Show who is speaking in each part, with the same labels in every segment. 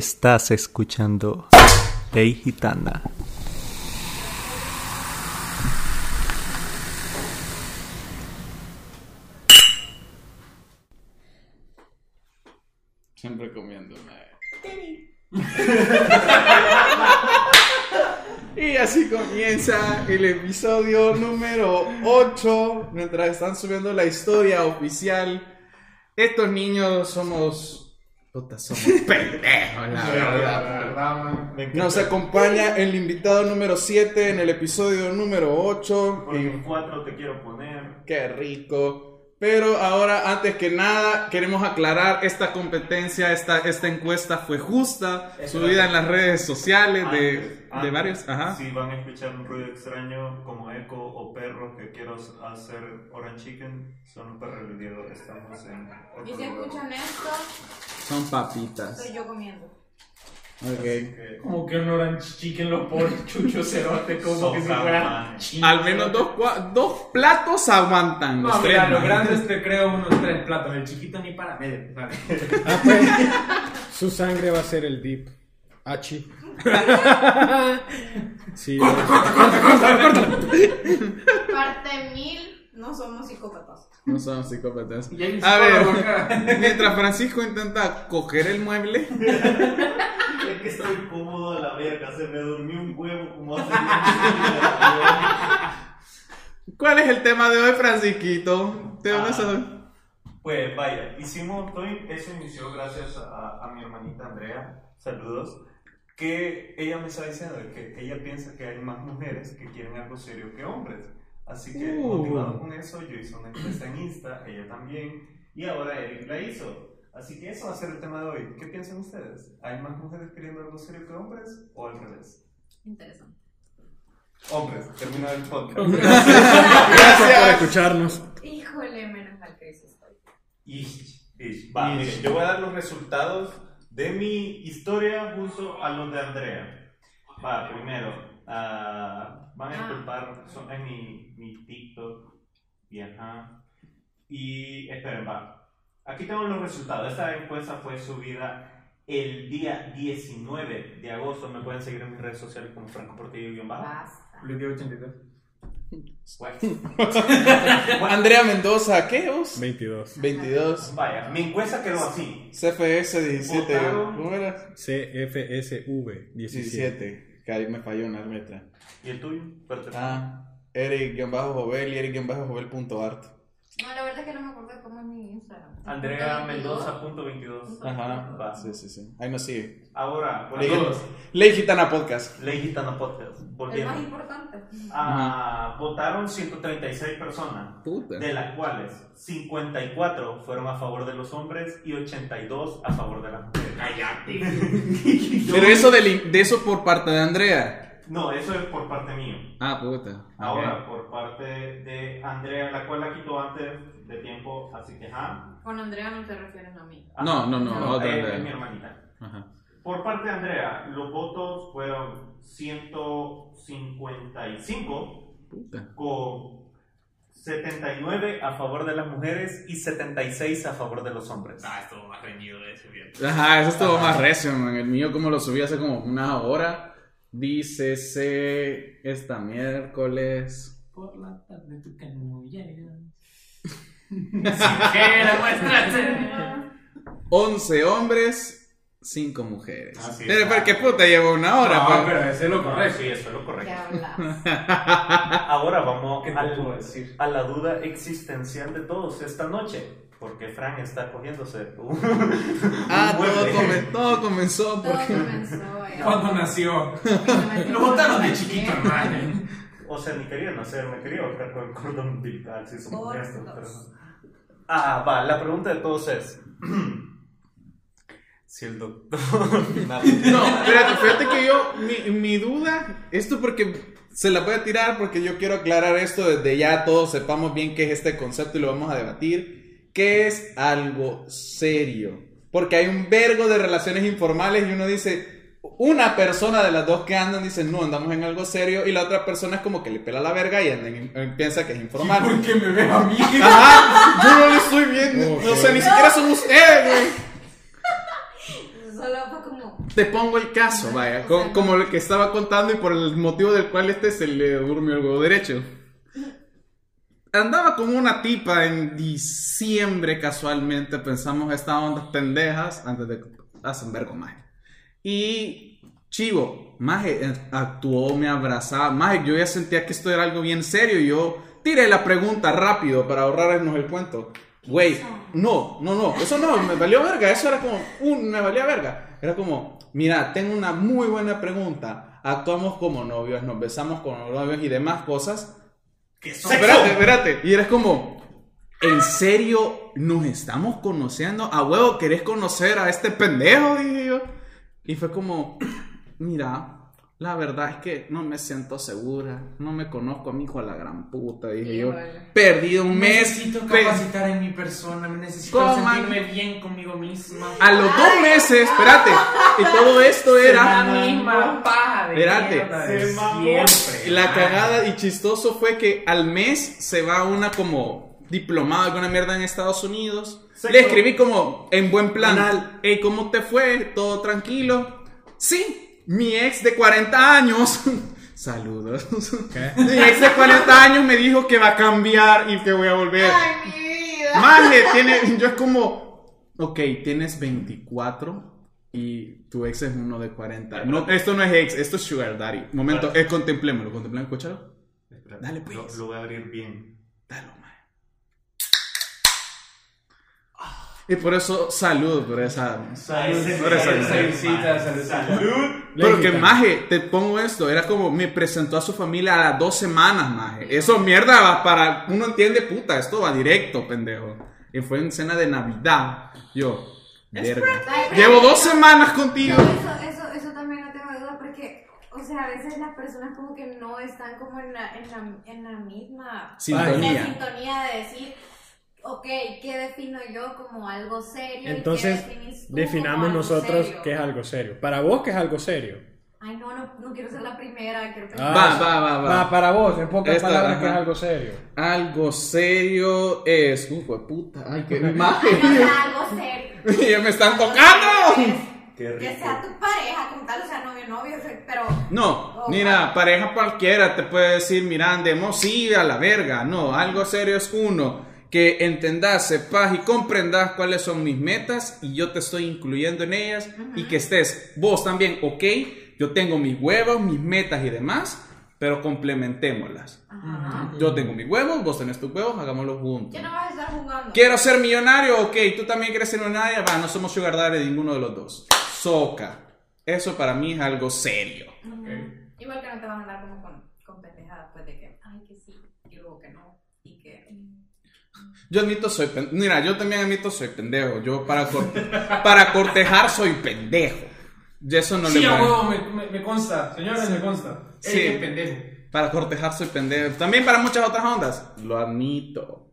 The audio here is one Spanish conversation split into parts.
Speaker 1: Estás escuchando Ley Gitana.
Speaker 2: Siempre comiendo una. y así comienza el episodio número 8. Mientras están subiendo la historia oficial, estos niños somos. Puta, somos pendejos, la verdad. Nos acompaña el invitado número 7 en el episodio número 8.
Speaker 3: Porque en cuatro te quiero poner.
Speaker 2: Qué rico. Pero ahora, antes que nada, queremos aclarar esta competencia, esta, esta encuesta fue justa,
Speaker 3: Es
Speaker 2: subida
Speaker 3: verdad.
Speaker 2: en las redes sociales de, de
Speaker 3: Antes, antes,
Speaker 2: varios. Ajá.
Speaker 3: Si van a escuchar un ruido extraño como eco o perros que quiero hacer orange chicken, son los perros del Diego. Estamos en
Speaker 4: Y
Speaker 3: otro
Speaker 4: si
Speaker 3: lugar.
Speaker 4: escuchan esto,
Speaker 2: Son papitas.
Speaker 4: soy yo comiendo.
Speaker 2: Ok.
Speaker 3: Que-
Speaker 5: Como que un orange chicken lo pone chucho cerote, como que si
Speaker 3: Sopa,
Speaker 5: fuera
Speaker 3: man.
Speaker 5: chino.
Speaker 2: Al menos dos, cua- dos platos aguantan.
Speaker 5: No,
Speaker 2: los
Speaker 5: mira,
Speaker 2: tres,
Speaker 5: los
Speaker 2: man.
Speaker 5: grandes te creo unos tres platos, el chiquito ni para medio. ¿sabes?
Speaker 6: Ah, pues, su sangre va a ser el dip. Achi. Sí,
Speaker 4: Parte mil, no somos psicópatas.
Speaker 2: No son psicópatas.
Speaker 5: Y hay un
Speaker 2: A
Speaker 5: psicólogo acá.
Speaker 2: ver, mientras Francisco intenta coger el mueble,
Speaker 3: Es que estoy cómodo a la verga, se me durmió un huevo como hace mucho
Speaker 2: ¿cuál es el tema de hoy, Francisquito? Te vas a...
Speaker 3: Pues vaya, hicimos, todo in- eso inició gracias a, a mi hermanita Andrea, saludos, que ella me está diciendo que ella piensa que hay más mujeres que quieren algo serio que hombres. Así que
Speaker 2: Uh.
Speaker 3: motivado con eso, yo hice una encuesta en Insta, ella también, y ahora Eric la hizo. Así que eso va a ser el tema de hoy. ¿Qué piensan ustedes? ¿Hay más mujeres queriendo algo serio que hombres o al revés?
Speaker 4: Interesante.
Speaker 3: Hombres, termina el podcast.
Speaker 6: gracias por escucharnos.
Speaker 4: Híjole, menos mal que dices estoy.
Speaker 3: Ish, ish. Va, miren, yo voy a dar los resultados de mi historia junto a los de Andrea. Va, primero, ah, van a
Speaker 4: Ah.
Speaker 3: disculpar, son en mi, mi TikTok y ajá. Y esperen, va. Aquí tengo los resultados. Esta encuesta fue subida el día 19 de agosto. Me pueden seguir en mis redes sociales como Franco Portillo-Bajo.
Speaker 4: Basta.
Speaker 5: Le dio 82.
Speaker 3: Pues,
Speaker 2: pues. Andrea Mendoza, ¿qué vos?
Speaker 6: 22.
Speaker 2: 22.
Speaker 3: Vaya, mi encuesta quedó así.
Speaker 2: CFS 17.
Speaker 3: Votaron.
Speaker 2: ¿Cómo era?
Speaker 6: CFSV 17.
Speaker 2: 17. Que ahí me falló una letra.
Speaker 3: ¿Y el tuyo? Espérate.
Speaker 2: Ah, Eric-Jovel y Eric-Jovel.art.
Speaker 4: No, la verdad es que no me acuerdo cómo es mi Instagram.
Speaker 3: Andrea Mendoza, punto 22.
Speaker 2: Ajá.
Speaker 3: Va.
Speaker 2: Sí, sí, sí. Ahí nos sigue.
Speaker 3: Ahora, por
Speaker 2: Ley,
Speaker 3: ejemplo,
Speaker 2: Ley Gitana Podcast.
Speaker 3: Ley Gitana Podcast.
Speaker 4: El más
Speaker 3: Volviendo.
Speaker 4: importante.
Speaker 3: Ah, votaron 136 personas,
Speaker 2: Puta.
Speaker 3: de las cuales 54 fueron a favor de los hombres y 82 a favor de las mujeres.
Speaker 2: Pero eso de, de eso por parte de Andrea.
Speaker 3: No, eso es por parte mío.
Speaker 2: Ah, puta.
Speaker 3: Ahora, por parte de Andrea, la cual la quitó antes de tiempo, así que ajá.
Speaker 4: Con Andrea no te refieres a mí.
Speaker 3: Ajá.
Speaker 2: No, no, no, otra
Speaker 3: eh,
Speaker 2: Andrea.
Speaker 3: es mi hermanita.
Speaker 2: Ajá.
Speaker 3: Por parte de Andrea, los votos fueron 155
Speaker 2: Puta.
Speaker 3: con 79 a favor de las mujeres y 76 a favor de los hombres.
Speaker 5: Ah, estuvo más reñido de ese bien.
Speaker 2: Ajá, eso estuvo más recio, man. El mío, como lo subí hace como una hora. Dice C esta miércoles.
Speaker 5: Por la tarde tu canulla. Siquiera muéstrate.
Speaker 2: 11 hombres, 5 mujeres.
Speaker 3: Así es.
Speaker 2: Pero, ¿para qué puta? Llevo una hora, pa.
Speaker 5: No, pero ese es lo
Speaker 3: No,
Speaker 5: correcto.
Speaker 3: sí, eso es lo
Speaker 4: ¿Qué
Speaker 3: correcto.
Speaker 4: hablas?
Speaker 3: Ahora vamos
Speaker 5: ¿Qué te
Speaker 3: al-
Speaker 5: puedo decir?
Speaker 3: a la duda existencial de todos esta noche. Porque Frank está cogiéndose un,
Speaker 2: Ah,
Speaker 3: un
Speaker 2: todo,
Speaker 3: mueble.
Speaker 2: come- todo comenzó
Speaker 4: Todo
Speaker 2: porque...
Speaker 4: comenzó. eh.
Speaker 5: ¿Cuándo nació? Lo botaron de chiquito, hermano.
Speaker 3: O sea, ni quería nacer, me quería ahorcar con el cordón umbilical, si somos
Speaker 4: Por
Speaker 3: honestos,
Speaker 4: dos.
Speaker 3: pero- Ah, va, la pregunta de todos es... si el doctor...
Speaker 2: No, espérate, fíjate que yo, mi, mi duda, esto porque se la voy a tirar porque yo quiero aclarar esto desde ya, todos sepamos bien qué es este concepto y lo vamos a debatir. ¿Qué es algo serio? Porque hay un vergo de relaciones informales y uno dice, una persona de las dos que andan dice, no, andamos en algo serio y la otra persona es como que le pela la verga y anda en- en- piensa que es informal.
Speaker 5: ¿Por qué me veo a mí?
Speaker 2: Ajá, yo no le estoy viendo,
Speaker 6: Ok.
Speaker 2: no sé, ni siquiera son ustedes, güey.
Speaker 4: Solo fue como.
Speaker 2: te pongo el caso, vaya, co- como el que estaba contando y por el motivo del cual este se le durmió el huevo derecho. Andaba con una tipa en diciembre casualmente, pensamos estas ondas pendejas antes de hacen vergo maje. Y chivo, maje eh, actuó, me abrazaba, maje, yo ya sentía que esto era algo bien serio, y yo tiré la pregunta rápido para ahorrarnos el cuento. Güey, no, no, no, eso no, me valió verga, eso era como, uh, me valía verga. Era como, mira, tengo una muy buena pregunta. Actuamos como novios, nos besamos como novios y demás cosas.
Speaker 5: ¡Qué sexo!
Speaker 2: Espérate, espérate. Y eres como, ¿en serio nos estamos conociendo? A huevo, ¿querés conocer a este pendejo? Dije yo. Y fue como, mira, la verdad es que no me siento segura, no me conozco a mi hijo a la gran puta, dije yo.
Speaker 4: Híjole.
Speaker 2: Perdido un mes.
Speaker 5: Necesito
Speaker 2: pe-
Speaker 5: capacitar en mi persona, necesito
Speaker 2: ¿Cómo,
Speaker 5: sentirme bien conmigo misma.
Speaker 2: a los dos meses, espérate. Y todo esto era...
Speaker 5: La misma paja de
Speaker 2: Espérate.
Speaker 5: mierda de
Speaker 7: Se mamó.
Speaker 5: siempre.
Speaker 2: La cagada y chistoso fue que al mes se va una como diplomada, alguna mierda en Estados Unidos.
Speaker 7: Sexo.
Speaker 2: Le escribí como en buen plan, hey, ¿cómo te fue? ¿Todo tranquilo? Sí, mi ex de 40 años. Saludos. Mi ex de 40 años me dijo que va a cambiar y que voy a volver.
Speaker 4: Ay, mi vida.
Speaker 2: Maje, tiene, yo es como, ok, tienes 24 y tu ex es uno de 40. No, esto no es ex, esto es Sugar Daddy. Momento, eh, contemplémoslo, contemplémoslo, escúchalo.
Speaker 7: Espera,
Speaker 2: Dale, pues.
Speaker 7: Lo, lo voy a abrir bien.
Speaker 2: Dalo, maje. Y por eso, salud por esa...
Speaker 7: Salud,
Speaker 2: Ahora salud.
Speaker 5: Saludcita, salud.
Speaker 7: Salud.
Speaker 2: Porque, maje, te pongo esto, era como, me presentó a su familia a las dos semanas, maje. Eso mierda va para, uno entiende, puta, esto va directo, pendejo. Y fue en cena de Navidad, yo, verga. Llevo dos semanas contigo.
Speaker 8: Pero Eso, eso, eso también no tengo duda porque, o sea, a veces las personas como que no están como en la, en la, en la misma en la
Speaker 2: Sintonía.
Speaker 8: sintonía de decir, ok, ¿qué defino yo como algo serio?
Speaker 6: Entonces,
Speaker 8: ¿y qué definís tú
Speaker 6: definamos
Speaker 8: como algo
Speaker 6: nosotros
Speaker 8: serio?
Speaker 6: qué es algo serio. Para vos, ¿qué es algo serio?
Speaker 8: Ay, no, no, no quiero ser la primera, quiero
Speaker 6: Ah,
Speaker 8: pensar.
Speaker 2: Va, va, va, va.
Speaker 6: para vos, en pocas
Speaker 2: Esta,
Speaker 6: palabras,
Speaker 2: ajá.
Speaker 6: ¿qué es algo serio?
Speaker 2: Algo serio es. Uh, hijo de puta. Ay, qué
Speaker 8: Ay, no,
Speaker 2: imagen.
Speaker 8: no, algo serio.
Speaker 2: ya me están tocando.
Speaker 7: Qué rico.
Speaker 8: Que sea tu pareja, como tal, o sea, novio, novio, o sea, pero...
Speaker 2: No,
Speaker 8: Oh,
Speaker 2: mira, pareja cualquiera te puede decir, mira, andemos sí a la verga. No, algo serio es uno. Que entendas, sepas y comprendas cuáles son mis metas y yo te estoy incluyendo en ellas y que estés vos también, ok, yo tengo mis huevos, mis metas y demás, pero complementémoslas.
Speaker 8: Ajá.
Speaker 2: Yo tengo mis huevos, vos tenés tus huevos, hagámoslo juntos.
Speaker 8: Ya no vas a estar jugando.
Speaker 2: Quiero ser millonario, ok, tú también quieres ser millonaria, va, no somos sugar daddy ninguno de los dos. Soca. Eso para mí es algo serio.
Speaker 4: Mm.
Speaker 8: Ujú. Igual que no te vas a andar como con, con pendejadas, pues de que, ay, que sí, y luego que no, y que.
Speaker 2: Mm. Yo admito soy pendejo. Mira, yo también admito soy pendejo. Yo para, cor- para cortejar soy pendejo. Y eso no
Speaker 5: Sí,
Speaker 2: le
Speaker 5: a
Speaker 2: voy a-
Speaker 5: huevo, me, me, me consta. Señores, me consta. Sí.
Speaker 2: Sí.
Speaker 5: qué pendejo.
Speaker 2: Para cortejar soy pendejo. También para muchas otras ondas. Lo admito.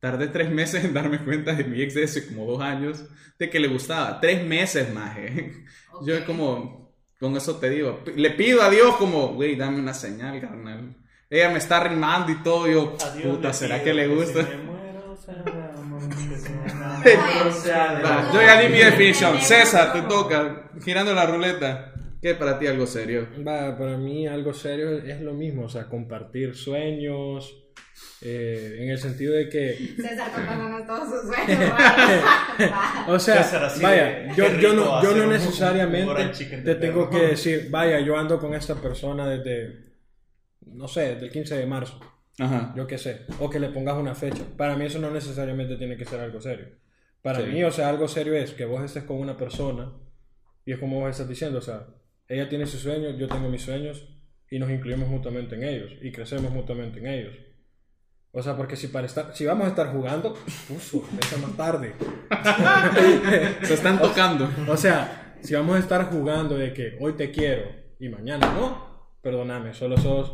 Speaker 2: Tardé tres meses en darme cuenta de mi ex de hace como dos años, de que le gustaba. Tres meses más, eh.
Speaker 8: ok.
Speaker 2: Yo como, con eso te digo, p- le pido a Dios como, güey, dame una señal, carnal. Ella me está rimando y todo, yo, puta, ¿será que le gusta? Va, yo ya di mi definición. César, te toca, girando la ruleta. ¿Qué para ti algo serio?
Speaker 6: Va, para mí algo serio es lo mismo, o sea, compartir sueños, eh, en el sentido de que,
Speaker 8: César contándonos todos sus sueños. ¿verdad?
Speaker 6: o sea,
Speaker 9: César, así
Speaker 6: vaya,
Speaker 9: de,
Speaker 6: yo,
Speaker 9: qué rico
Speaker 6: yo no, yo
Speaker 9: hacer
Speaker 6: no
Speaker 9: un-
Speaker 6: necesariamente
Speaker 9: un fried chicken de
Speaker 6: te tengo que
Speaker 9: perro.
Speaker 6: decir, vaya, yo ando con esta persona desde, no sé, desde el 15 de marzo,
Speaker 2: Ajá.
Speaker 6: yo qué sé, o que le pongas una fecha. Para mí eso no necesariamente tiene que ser algo serio. Para
Speaker 2: Sí.
Speaker 6: mí, o sea, algo serio es que vos estés con una persona y es como vos estás diciendo, o sea, ella tiene sus sueños, yo tengo mis sueños y nos incluimos mutuamente en ellos y crecemos mutuamente en ellos. O sea, porque si, para estar, si vamos a estar jugando, puso, esa más tarde.
Speaker 2: Se están
Speaker 6: Oh.
Speaker 2: tocando.
Speaker 6: O sea, si vamos a estar jugando de que hoy te quiero y mañana no, perdóname, solo sos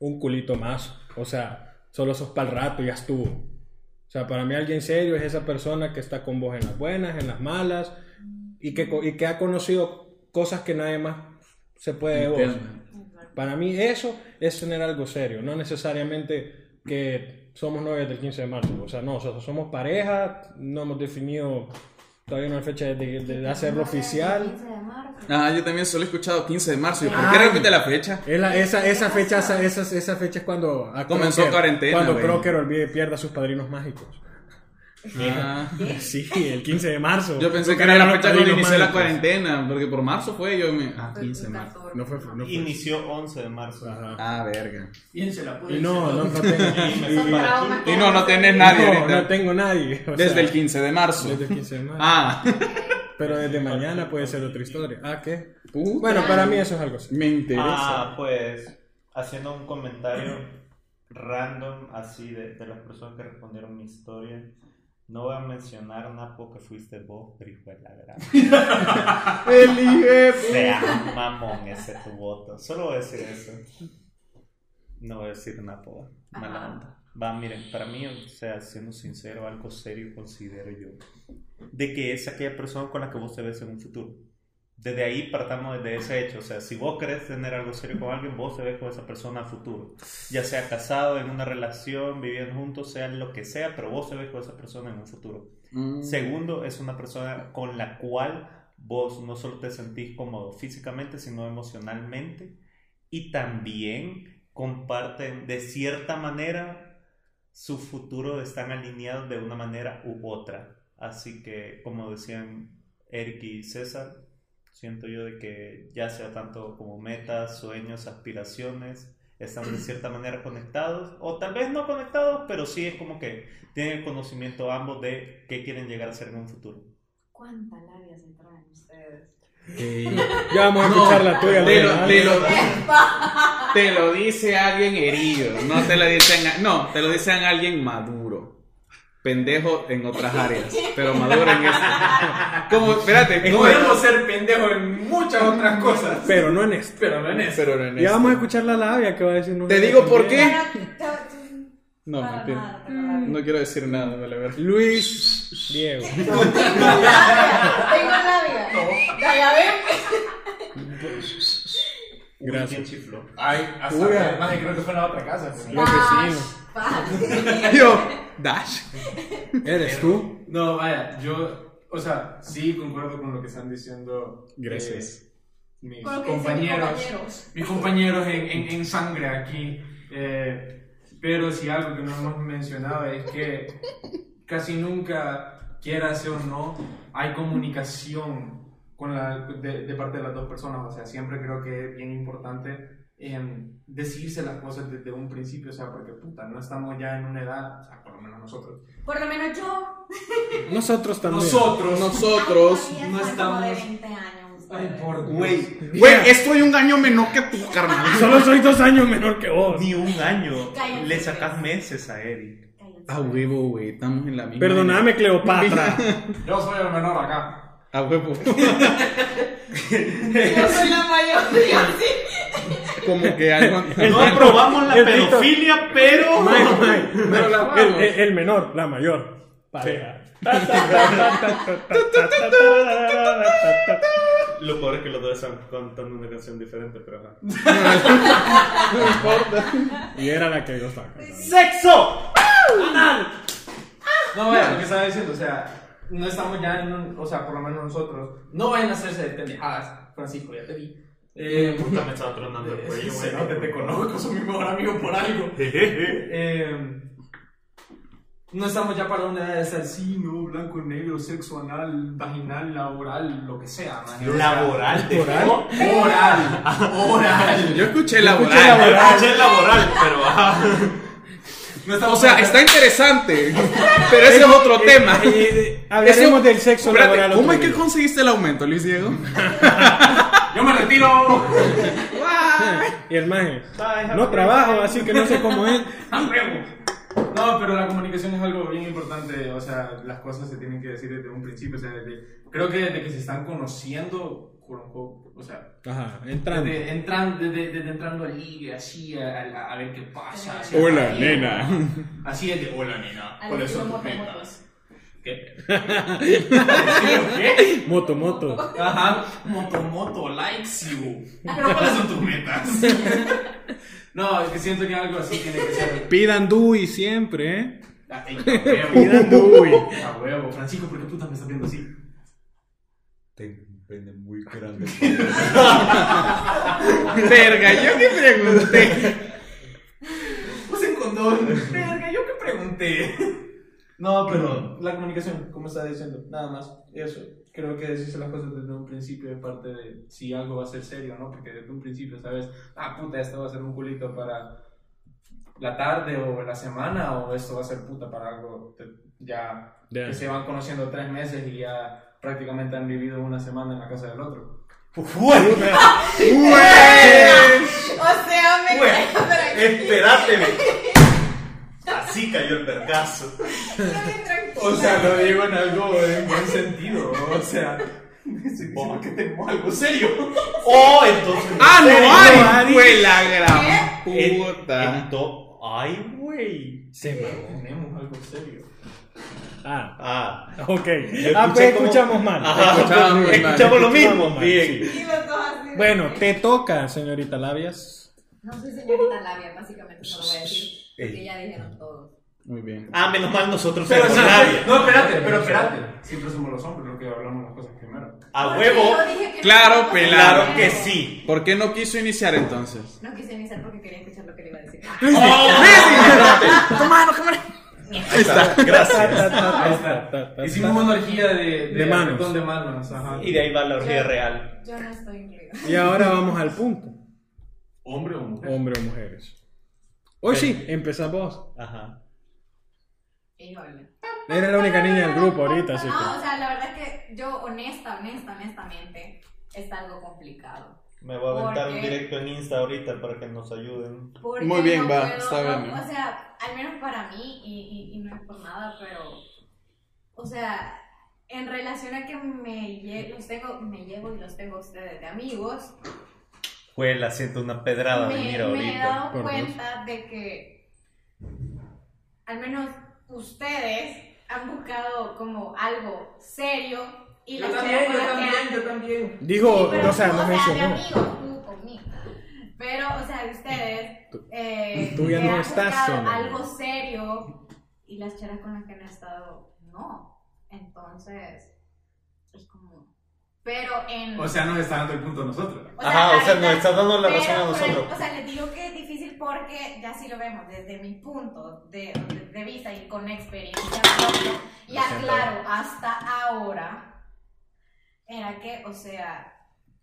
Speaker 6: un culito más. O sea, solo sos para el rato y ya estuvo. O sea, para mí alguien serio es esa persona que está con vos en las buenas, en las malas y que, co- y que ha conocido cosas que nadie más se puede de vos.
Speaker 2: Entiendo.
Speaker 6: Para mí eso es tener algo serio, no necesariamente que somos novios del 15 de marzo, o sea, no, o sea, somos pareja, no hemos definido Todavía no hay fecha de, de- de hacerlo oficial.
Speaker 4: 15 de marzo.
Speaker 2: Ah, yo también solo he escuchado 15 de marzo. ¿Y por
Speaker 6: Ay.
Speaker 2: qué repite la fecha?
Speaker 6: Es la- esa, esa, fecha, esa, esa, esa fecha es cuando a
Speaker 2: Comenzó cuarentena,
Speaker 6: Cuando
Speaker 2: güey.
Speaker 6: Crocker olvide, pierda a sus padrinos mágicos.
Speaker 2: Ah,
Speaker 6: Sí, el 15 de marzo.
Speaker 2: yo pensé que
Speaker 6: Crocker
Speaker 2: era la
Speaker 6: los
Speaker 2: fecha cuando
Speaker 6: padrinos
Speaker 2: inicié la
Speaker 6: mágicos.
Speaker 2: cuarentena, porque por marzo fue yo me... Ah,
Speaker 10: Fue
Speaker 2: 15 de
Speaker 10: un
Speaker 2: marzo.
Speaker 10: 14.
Speaker 6: No fue, no fue.
Speaker 3: Inició 11 de marzo.
Speaker 6: pues. Ajá.
Speaker 2: Ah, pues, verga.
Speaker 5: Piénsela, puede
Speaker 6: Y no,
Speaker 5: ser.
Speaker 6: no, no tengo. y-
Speaker 10: Son
Speaker 6: y-
Speaker 10: traumas que
Speaker 2: Y no, no tenés
Speaker 6: y
Speaker 2: nadie
Speaker 6: no,
Speaker 2: ahorita.
Speaker 6: no tengo nadie. o
Speaker 2: Desde
Speaker 6: sea,
Speaker 2: el 15 de marzo.
Speaker 6: Desde el 15 de marzo.
Speaker 2: Ah,
Speaker 6: Pero desde mañana puede ser otra historia. Ah, ¿qué? Bueno, para mí eso es algo así.
Speaker 2: me interesa.
Speaker 3: Ah, pues haciendo un comentario random así de, de las personas que respondieron mi historia. No voy a mencionar Napo que fuiste vos, pero hijo de la gran.
Speaker 2: El IGF.
Speaker 3: Sea mamón ese tu voto. Solo voy a decir eso. No voy a decir Napo. Mala onda. Va, miren, para mí, o sea, siendo sincero, algo serio considero yo. De que es aquella persona con la que vos te ves en un futuro. Desde ahí partamos desde ese hecho. O sea, si vos querés tener algo serio con alguien, vos te ves con esa persona a futuro. Ya sea casado, en una relación, viviendo juntos, sea lo que sea, pero vos te ves con esa persona en un futuro.
Speaker 2: Mm.
Speaker 3: Segundo, es una persona con la cual vos no solo te sentís cómodo físicamente, sino emocionalmente. Y también comparten de cierta manera su futuro, están alineados de una manera u otra. Así que, como decían Eric y César, siento yo de que ya sea tanto como metas, sueños, aspiraciones, están de cierta manera conectados, o tal vez no conectados, pero sí es como que tienen el conocimiento ambos de qué quieren llegar a ser en un futuro.
Speaker 4: ¿Cuánta labia se traen ustedes?
Speaker 6: Ya vamos a escuchar la tuya.
Speaker 2: Te
Speaker 6: Lorena.
Speaker 2: lo, te lo- te lo dice alguien herido, no te lo dicen, a- no, te lo dicen a alguien maduro. Pendejo en otras áreas, pero maduro en esta. Como, espérate, ¿cómo es?
Speaker 5: Podemos ser pendejos en muchas otras cosas.
Speaker 6: Pero no en esto.
Speaker 5: Pero no en eso.
Speaker 2: Pero en este-
Speaker 6: Ya
Speaker 2: esta.
Speaker 6: vamos a escuchar la labia que va a decir. Nuria
Speaker 2: Te digo por
Speaker 6: también.
Speaker 2: qué.
Speaker 4: No,
Speaker 2: No,
Speaker 4: para
Speaker 2: mentira.
Speaker 4: nada, tengo labia.
Speaker 2: No quiero decir nada, vale, a ver.
Speaker 6: Luis Diego.
Speaker 10: Tengo labia. Dale, a ver.
Speaker 6: Gracias.
Speaker 3: Uy, ¿quién chifló?
Speaker 5: Ay, hasta
Speaker 6: Uy, ah.
Speaker 5: además creo que fue en la otra casa. pues.
Speaker 6: Los vecinos.
Speaker 2: Yo, Dash.
Speaker 6: ¿Eres tú?
Speaker 5: No, vaya, yo, o sea, sí concuerdo con lo que están diciendo. eh,
Speaker 6: Gracias.
Speaker 5: mis
Speaker 10: Con lo que dicen mis
Speaker 5: compañeros.
Speaker 10: compañeros.
Speaker 5: Mis compañeros en, en- en sangre aquí. eh, pero si algo que no hemos mencionado es que casi nunca, quiera ser o no, hay comunicación con la, de, de parte de las dos personas. O sea, siempre creo que es bien importante em, decirse las cosas desde un principio. O sea, porque puta, no estamos ya en una edad, o sea, por lo menos nosotros.
Speaker 10: Por lo menos yo.
Speaker 6: Nosotros también.
Speaker 5: Nosotros.
Speaker 2: Nosotros.
Speaker 4: Ay,
Speaker 5: no
Speaker 4: todavía son como de
Speaker 5: estamos-
Speaker 4: 20 años.
Speaker 5: Ay,
Speaker 4: ustedes.
Speaker 5: por
Speaker 2: Güey,
Speaker 5: Dios.
Speaker 2: güey, estoy un año menor que tú, carnal.
Speaker 6: Ah, Solo soy dos años menor que vos.
Speaker 3: Ni un año.
Speaker 4: Cállate.
Speaker 3: Le sacas meses a Eric.
Speaker 4: Cállense.
Speaker 11: Ah,
Speaker 2: A huevo, güey, estamos en la misma.
Speaker 6: Perdóname, Cleopatra.
Speaker 5: Yo soy el menor acá.
Speaker 2: A huevo.
Speaker 10: Yo soy la mayor.
Speaker 2: Como que algo.
Speaker 3: No aprobamos la
Speaker 6: el pito.
Speaker 3: pedofilia, pero.
Speaker 6: Mae, mae.
Speaker 5: Pero la
Speaker 6: El,
Speaker 5: vamos.
Speaker 6: el- el menor, la mayor. Pareja.
Speaker 3: Lo peor es que los dos están cantando una canción diferente, pero ajá.
Speaker 6: Y era la que yo estaba cantando.
Speaker 3: ¡Sexo!
Speaker 5: No, vean lo que estaba diciendo, o sea, no estamos ya en un, o sea, por lo menos nosotros, no vayan a hacerse de pendejadas, Francisco, ya te vi. Eh,
Speaker 3: Puta, me estaba tronando el
Speaker 5: eh,
Speaker 3: cuello,
Speaker 5: sí,
Speaker 3: güey.
Speaker 5: cerote, te conozco, soy mi mejor amigo por algo. Eh, no estamos ya para una edad de estar, sí, no, blanco, negro, sexo anal, vaginal, laboral, lo que sea, man. O sea,
Speaker 3: Laboral, te
Speaker 6: Laboral.
Speaker 3: digo.
Speaker 5: Oral, oral.
Speaker 2: Yo escuché
Speaker 6: escuché
Speaker 2: laboral.
Speaker 6: laboral.
Speaker 3: Escuché laboral, pero ajá.
Speaker 5: No
Speaker 2: O
Speaker 5: estamos
Speaker 2: sea,
Speaker 5: para-
Speaker 2: está interesante, pero ese es otro tema.
Speaker 6: Eh, eh, hablaremos
Speaker 2: Eso-
Speaker 6: del sexo
Speaker 2: Espérate,
Speaker 6: laboral.
Speaker 2: ¿Cómo
Speaker 6: otro
Speaker 2: es que
Speaker 6: día.
Speaker 2: conseguiste el aumento, Luis Diego?
Speaker 5: Yo me retiro.
Speaker 6: Y el maje.
Speaker 3: Ay,
Speaker 6: No trabajo, así que no sé cómo es.
Speaker 5: ¡A huevo! No, pero la comunicación es algo bien importante, o sea, las cosas se tienen que decir desde un principio, o sea, desde- creo que desde que se están conociendo, quote, unquote, o sea,
Speaker 6: Ajá, entrando.
Speaker 5: desde, entran, desde, desde entrando al ligue, así, a, a- a ver qué pasa. así,
Speaker 6: Hola,
Speaker 5: así,
Speaker 6: nena.
Speaker 5: Así es de, hola, nena,
Speaker 10: Al
Speaker 5: ¿cuáles
Speaker 10: estilo
Speaker 5: son tus
Speaker 10: motomotos.
Speaker 5: metas? ¿Qué? ¿Qué?
Speaker 6: Moto, moto.
Speaker 5: Ajá, Motomoto likes you, pero ¿cuáles son tus metas? No, es que siento que algo así tiene que ser...
Speaker 6: Pidan Dui siempre, ¿eh?
Speaker 5: Ah, ey, a huevo.
Speaker 6: Pidan Dui.
Speaker 5: A huevo, Francisco, ¿por qué puta me estás viendo así?
Speaker 1: Tengo un pene muy grande.
Speaker 2: Verga, yo que pregunté.
Speaker 5: Usen Pues condón. Verga, yo que pregunté. No, pero la comunicación, como estaba diciendo, nada más. Eso. Creo que decirse las cosas desde un principio es parte de si algo va a ser serio no, porque desde un principio sabes, ah, puta, esto va a ser un culito para la tarde o la semana, o esto va a ser puta para algo de- ya que se van conociendo tres meses y ya prácticamente han vivido una semana en la casa del otro.
Speaker 11: O sea, me
Speaker 3: Bueno,
Speaker 11: quedo por aquí.
Speaker 3: Espérate. Así cayó el percazo.
Speaker 11: Está bien tranquila.
Speaker 5: O sea, lo digo en algo en buen sentido, o sea, estoy diciendo que tengo algo serio.
Speaker 3: Oh, entonces.
Speaker 2: ¡Ah, no
Speaker 3: ¿en serio?
Speaker 2: hay! ¡Fue la gran
Speaker 3: En-
Speaker 2: puta!
Speaker 3: ento- Ay, güey.
Speaker 6: Se mamó.
Speaker 5: Tenemos algo serio.
Speaker 6: Ah,
Speaker 3: Ah.
Speaker 6: ok.
Speaker 3: Yo
Speaker 6: Ah, pues
Speaker 3: escuché como-
Speaker 6: escuchamos mal.
Speaker 3: Ajá,
Speaker 2: Escuchamos mal.
Speaker 3: escuchamos lo mismo.
Speaker 6: Escuchamos mal,
Speaker 3: Bien.
Speaker 11: Y los dos así.
Speaker 6: Bueno, te toca, señorita Labias.
Speaker 4: No soy señorita labia, básicamente, solo voy a decir. Porque ya dijeron todo.
Speaker 2: Muy bien.
Speaker 3: Ah, menos mal nosotros
Speaker 5: Pero,
Speaker 3: somos
Speaker 5: no,
Speaker 3: nadie.
Speaker 5: no, espérate, pero espérate. Siempre somos los hombres los que hablamos las cosas primero.
Speaker 3: A
Speaker 4: Porque
Speaker 3: huevo.
Speaker 4: yo dije que
Speaker 2: Claro,
Speaker 4: no-
Speaker 2: pelado.
Speaker 3: Claro que sí.
Speaker 2: ¿Por qué no quiso iniciar entonces?
Speaker 4: No quise iniciar porque quería escuchar lo que le iba a decir.
Speaker 3: Ahí está. Gracias.
Speaker 5: Ahí está. Hicimos una orgía de,
Speaker 6: De manos.
Speaker 5: apretón de manos. Ajá.
Speaker 3: Y de ahí va la orgía real.
Speaker 4: Yo no estoy incluida.
Speaker 6: Y ahora vamos al punto.
Speaker 5: Hombre o mujer.
Speaker 6: Hombre o mujeres. Hoy sí, empezás vos.
Speaker 3: Ajá.
Speaker 4: Híjole.
Speaker 6: Eres la única niña del grupo ahorita, así
Speaker 4: No, o
Speaker 6: que.
Speaker 4: sea, la verdad que yo, honesta, honesta, honestamente, es algo complicado.
Speaker 3: Me voy a aventar un
Speaker 4: Porque-
Speaker 3: directo en Insta ahorita para que nos ayuden.
Speaker 4: Porque
Speaker 2: Muy bien,
Speaker 4: no
Speaker 2: va,
Speaker 4: puedo-
Speaker 2: está
Speaker 4: no-
Speaker 2: bien.
Speaker 4: O sea, al menos para mí, y, y, y no es por nada, pero. O sea, en relación a que me, lle- los tengo, me llevo y los tengo a ustedes de amigos,
Speaker 3: Juela, siento una pedrada
Speaker 4: me,
Speaker 3: venir
Speaker 4: me he
Speaker 3: ahorita.
Speaker 4: dado
Speaker 6: por Dios.
Speaker 4: cuenta de que al menos ustedes han buscado como algo serio y las personas que han-
Speaker 5: yo también.
Speaker 6: Dijo,
Speaker 4: Sí, pero
Speaker 6: o sea,
Speaker 4: tú,
Speaker 6: nos
Speaker 4: de
Speaker 6: mencionó.
Speaker 4: amigos, tú conmigo. Pero, o sea, de ustedes. eh,
Speaker 6: tú ya
Speaker 4: que
Speaker 6: no
Speaker 4: han
Speaker 6: estás
Speaker 4: buscado
Speaker 6: sola.
Speaker 4: Algo serio. Y las cheras con las que no he estado, no. Entonces, es como. Pero en.
Speaker 5: O sea, nos está dando el punto a nosotros.
Speaker 4: o
Speaker 3: Ajá, o sea,
Speaker 4: ahorita-
Speaker 3: nos está dando la razón a
Speaker 4: pero,
Speaker 3: nosotros.
Speaker 4: pero, O sea, les digo que es difícil porque ya si lo vemos desde mi punto de, de vista y con experiencia propia, y aclaro, hasta ahora, era que, o sea,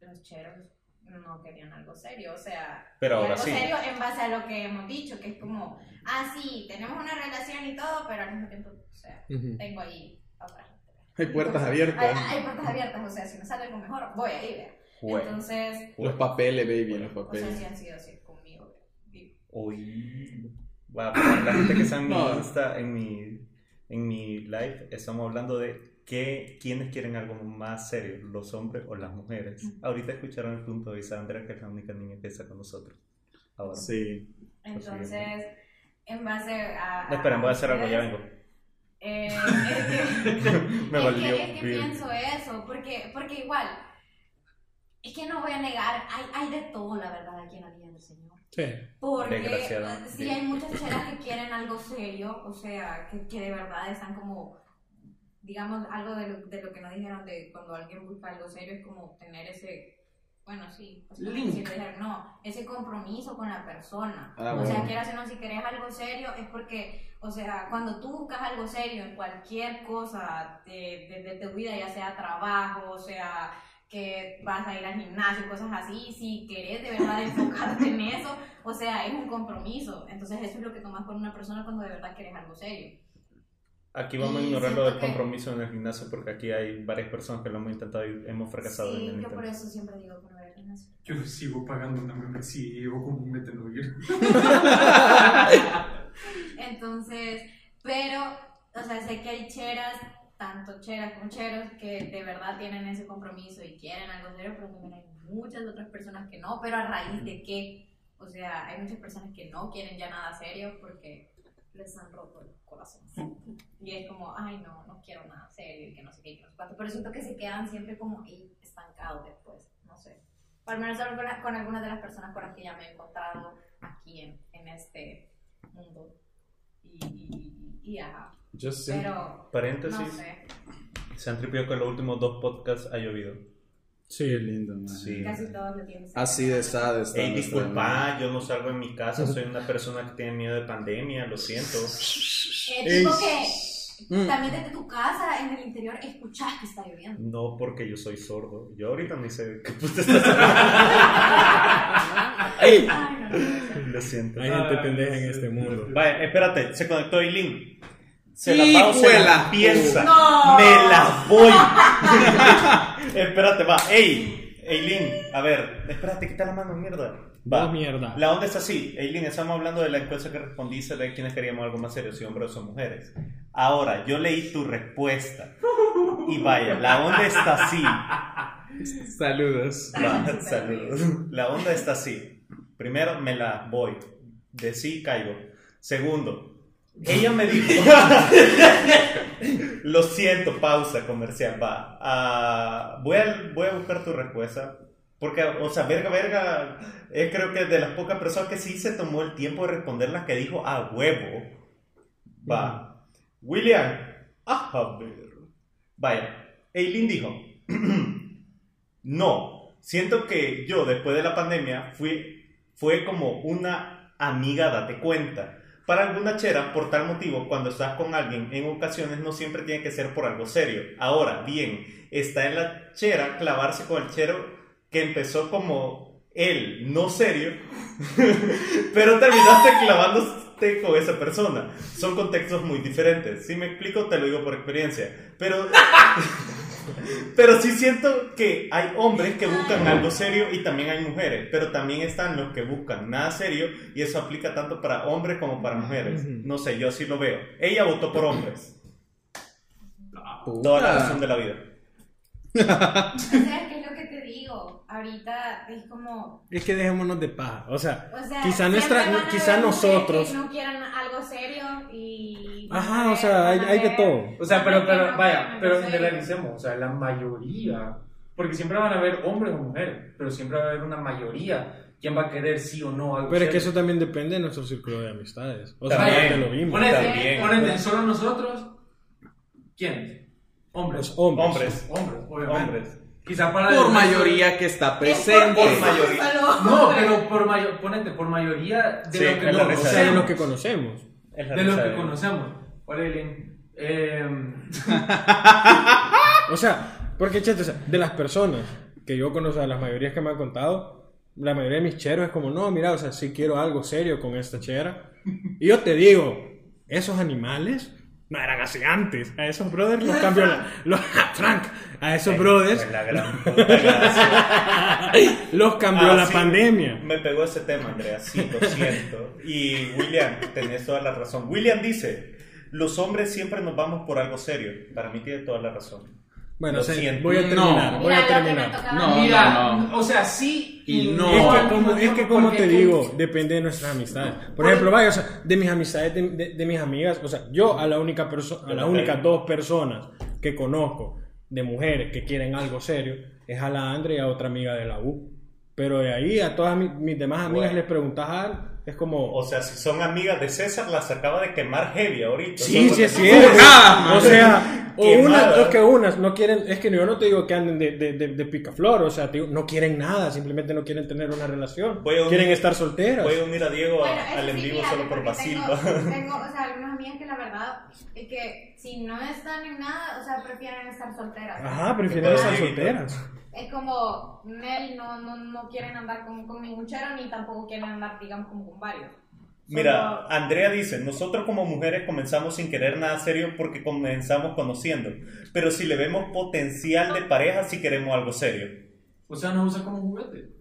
Speaker 4: los cheros no querían algo serio, o sea,
Speaker 3: Pero ahora
Speaker 4: algo
Speaker 3: sí.
Speaker 4: serio en base a lo que hemos dicho, que es como, ah, sí, tenemos una relación y todo, pero al mismo tiempo, o sea,
Speaker 6: Ujú.
Speaker 4: tengo ahí otra gente.
Speaker 2: Hay puertas
Speaker 4: Entonces,
Speaker 2: abiertas.
Speaker 4: Hay, hay puertas abiertas, o sea, si me sale algo mejor, voy ahí, vea.
Speaker 3: Bueno.
Speaker 4: Entonces,
Speaker 2: Los papeles, baby, los
Speaker 4: o sea,
Speaker 2: papeles.
Speaker 4: sí han sido así conmigo. digo.
Speaker 3: Uy. Guau, para la gente que está en mi
Speaker 2: No.
Speaker 3: Insta, en mi, en mi live, estamos hablando de qué, quiénes quieren algo más serio, los hombres o las mujeres. Ahorita escucharon el punto de vista de Andrea, que es la única niña que está con nosotros. Ah, Ahora.
Speaker 2: Sí.
Speaker 4: Entonces, en base a.
Speaker 3: No, Ah, esperen, voy a hacer algo, ya vengo.
Speaker 4: Eh, es que,
Speaker 3: Me
Speaker 4: es
Speaker 3: valió.
Speaker 4: que, es que
Speaker 3: bien.
Speaker 4: pienso eso, porque, porque igual. Es que no voy a negar, hay, hay de todo, la verdad, aquí en la vida del Señor.
Speaker 6: Sí.
Speaker 4: Porque
Speaker 3: Desgraciada.
Speaker 4: si hay muchas chelas que quieren algo serio, o sea, que, que de verdad están como, digamos, algo de lo, de lo que nos dijeron de cuando alguien busca algo serio, es como tener ese, bueno, sí, pues, como
Speaker 5: Link.
Speaker 4: decirlo, dejar- no, ese compromiso con la persona.
Speaker 2: Ah,
Speaker 4: o sea,
Speaker 2: bueno.
Speaker 4: quieras o no, si querés algo serio, es porque, o sea, cuando tú buscas algo serio en cualquier cosa de, de- de tu vida, ya sea trabajo, o sea que vas a ir al gimnasio, cosas así, si querés de verdad enfocarte en eso, o sea, es un compromiso. Entonces eso es lo que tomas con una persona cuando de verdad quieres algo serio.
Speaker 3: Aquí vamos a
Speaker 4: Y
Speaker 3: ignorar lo
Speaker 4: siento
Speaker 3: del
Speaker 4: que-
Speaker 3: compromiso en el gimnasio porque aquí hay varias personas que lo hemos intentado y hemos fracasado
Speaker 4: sí,
Speaker 3: en el
Speaker 4: yo por
Speaker 3: intento.
Speaker 4: eso siempre digo que no voy al gimnasio.
Speaker 5: Yo sigo pagando una membresía y llevo como un mes de no ir.
Speaker 4: Entonces, pero, o sea, sé que hay cheras, tanto cheras como cheros, que de verdad tienen ese compromiso y quieren algo serio, pero también hay muchas otras personas que no, pero a raíz de qué, o sea, hay muchas personas que no quieren ya nada serio porque les han roto el corazón. Y es como, ay, no, no quiero nada serio, y que no sé qué, y que no sé cuánto, pero siento que se quedan siempre como ahí estancados después, no sé. O al menos con, con algunas de las personas con las que ya me he encontrado aquí en, en este mundo. Y, y, y- y ajá.
Speaker 2: Yo sí.
Speaker 4: Pero, no
Speaker 3: Paréntesis.
Speaker 4: sé.
Speaker 3: se han tripido que en los últimos dos podcasts ha llovido.
Speaker 6: Sí, lindo, man.
Speaker 3: Sí.
Speaker 4: Casi todos lo tienen.
Speaker 2: Así de sad está.
Speaker 3: Ey,
Speaker 2: nuestra
Speaker 3: disculpa, yo no salgo en mi casa, soy una persona que tiene miedo de pandemia, lo siento.
Speaker 4: Eh, tipo que
Speaker 2: Mm.
Speaker 4: también desde tu casa, en el interior, escuchás que está lloviendo.
Speaker 3: No porque yo soy sordo. Yo ahorita ni sé qué puta estás hablando.
Speaker 4: Ay, no, no, no.
Speaker 3: Lo siento.
Speaker 6: Hay gente pendeja en este mundo.
Speaker 3: Vaya, espérate, se conectó Eileen. Se
Speaker 2: Sí,
Speaker 3: la pago, se la
Speaker 2: huela.
Speaker 3: piensa.
Speaker 4: No.
Speaker 3: Me la voy. espérate, va. Ey, Eileen, a ver, espérate, quita la mano, mierda. Va.
Speaker 6: Vos mierda.
Speaker 3: La onda es así, Eileen, estamos hablando de la encuesta que respondiste de quiénes queríamos algo más serio, si hombres o mujeres. Ahora, yo leí tu respuesta. Y vaya, la onda está así.
Speaker 2: Saludos.
Speaker 3: Va, saludos. La onda está así. Primero, me la voy. De sí, caigo. Segundo, ella me dijo... Lo siento, pausa comercial, va. Ah, voy, a, voy a buscar tu respuesta. Porque, o sea, verga, verga, eh, creo que de las pocas personas que sí se tomó el tiempo de responder las que dijo a huevo. Va. William, a ver. Vaya, Eileen dijo, no, siento que yo después de la pandemia fui, fue como una amiga, date cuenta. Para alguna chera, por tal motivo, cuando estás con alguien, en ocasiones no siempre tiene que ser por algo serio. Ahora, bien, está en la chera clavarse con el chero que empezó como él, no serio, pero terminaste clavándote con esa persona. Son contextos muy diferentes. Si me explico, te lo digo por experiencia. Pero... Pero sí siento que hay hombres que buscan algo serio y también hay mujeres, pero también están los que buscan nada serio y eso aplica tanto para hombres como para mujeres. No sé, yo sí lo veo. Ella votó por hombres. Toda la razón de la vida.
Speaker 4: O sea, ¿qué es lo que te digo? Ahorita es como.
Speaker 6: Es que dejémonos de paja. O sea,
Speaker 4: O sea,
Speaker 6: Quizá
Speaker 4: siempre
Speaker 6: nuestra-
Speaker 4: van a haber
Speaker 6: quizá
Speaker 4: mujeres
Speaker 6: nosotros.
Speaker 4: que No quieran algo serio y.
Speaker 6: ajá, o sea, hay, hay de todo.
Speaker 5: O sea, pero, pero, vaya, pero generalicemos, o sea, la mayoría, porque siempre van a haber hombres o mujeres, pero siempre va a haber una mayoría. ¿Quién va a querer sí o no algo?
Speaker 6: Pero es que
Speaker 5: serio?
Speaker 6: eso también depende de nuestro círculo de amistades. O sea,
Speaker 5: También.
Speaker 6: ya te Pues lo vimos.
Speaker 5: Ponete,
Speaker 3: También.
Speaker 5: ponete, solo nosotros, ¿quiénes? Hombres.
Speaker 6: Los hombres.
Speaker 3: Hombres.
Speaker 5: Hombres, obviamente.
Speaker 3: Hombres.
Speaker 5: Quizá para
Speaker 2: Por
Speaker 5: el-
Speaker 2: mayoría que está presente.
Speaker 3: Por mayoría.
Speaker 5: No, pero por mayor, ponete, por mayoría de
Speaker 3: Sí,
Speaker 5: lo que
Speaker 3: es la
Speaker 5: no,
Speaker 6: O sea, de los que conocemos.
Speaker 3: Es la
Speaker 5: de lo
Speaker 3: risa
Speaker 5: que conocemos. Hola, Eileen. Eh,
Speaker 6: O sea, porque chete, o sea, de las personas que yo conozco, de las mayorías que me han contado, la mayoría de mis cheros es como, no, mira, o sea, sí quiero algo serio con esta chera. Y yo te digo, esos animales no eran así antes. A esos brothers los cambió la, los, Frank, a esos brothers
Speaker 3: Pues la gran puta, gracias.
Speaker 6: los cambió
Speaker 3: Ah,
Speaker 6: la
Speaker 3: sí,
Speaker 6: pandemia.
Speaker 3: Me pegó ese tema, Andrea, sí, lo siento. Y William, tenés toda la razón. William dice, los hombres siempre nos vamos por algo serio. Para mí tiene toda la razón.
Speaker 6: Bueno,
Speaker 3: Lo
Speaker 6: o sea,
Speaker 3: siento.
Speaker 6: voy a terminar,
Speaker 4: Mira,
Speaker 6: voy a
Speaker 4: lo que me
Speaker 6: terminar.
Speaker 4: tocaba.
Speaker 2: No,
Speaker 5: Mira,
Speaker 2: no,
Speaker 5: o sea, sí
Speaker 2: Y no.
Speaker 6: Es que
Speaker 5: al
Speaker 6: como,
Speaker 5: mismo
Speaker 6: es que
Speaker 5: tiempo,
Speaker 6: como
Speaker 5: porque
Speaker 6: te
Speaker 5: tú-
Speaker 6: digo, depende de nuestras amistades. Por ejemplo, vaya, o sea, de mis amistades, de, de- de mis amigas, o sea, yo a la única persona, a las únicas dos personas que conozco de mujeres que quieren algo serio es a la Andrea y a otra amiga de la U. Pero de ahí a todas mi- mis, demás amigas
Speaker 3: Bueno.
Speaker 6: les preguntas algo, es como,
Speaker 3: O sea, si son amigas de César, las acaba de quemar heavy ahorita.
Speaker 6: sí,
Speaker 3: Son
Speaker 6: sí es
Speaker 3: cosas-
Speaker 6: cierto.
Speaker 2: Ah,
Speaker 6: O sea, o
Speaker 3: Qué
Speaker 6: unas,
Speaker 3: mala.
Speaker 6: o que unas no quieren, es que yo no te digo que anden de, de, de- de picaflor, o sea, te digo, no quieren nada, simplemente no quieren tener una relación,
Speaker 3: Voy a un-
Speaker 6: quieren estar solteras.
Speaker 3: Voy a unir a Diego a-
Speaker 4: Bueno, eso
Speaker 3: al en
Speaker 4: sí,
Speaker 3: vivo
Speaker 4: fíjate,
Speaker 3: solo por
Speaker 4: porque
Speaker 3: Basil.
Speaker 4: Tengo, tengo, o sea, algunas amigas que la verdad es que si no están en nada, o sea, prefieren estar solteras.
Speaker 6: Ajá, prefieren
Speaker 3: Entonces,
Speaker 4: Es como-
Speaker 6: Ah, estar
Speaker 3: Dieguito.
Speaker 6: solteras.
Speaker 4: Es como, Nel, no, no, no quieren andar con, con ningún chero ni tampoco quieren andar, digamos, como con varios.
Speaker 3: Mira, Andrea dice, nosotros como mujeres comenzamos sin querer nada serio porque comenzamos conociendo, pero si le vemos potencial de pareja, si queremos algo serio.
Speaker 5: O sea, nos usa como juguete.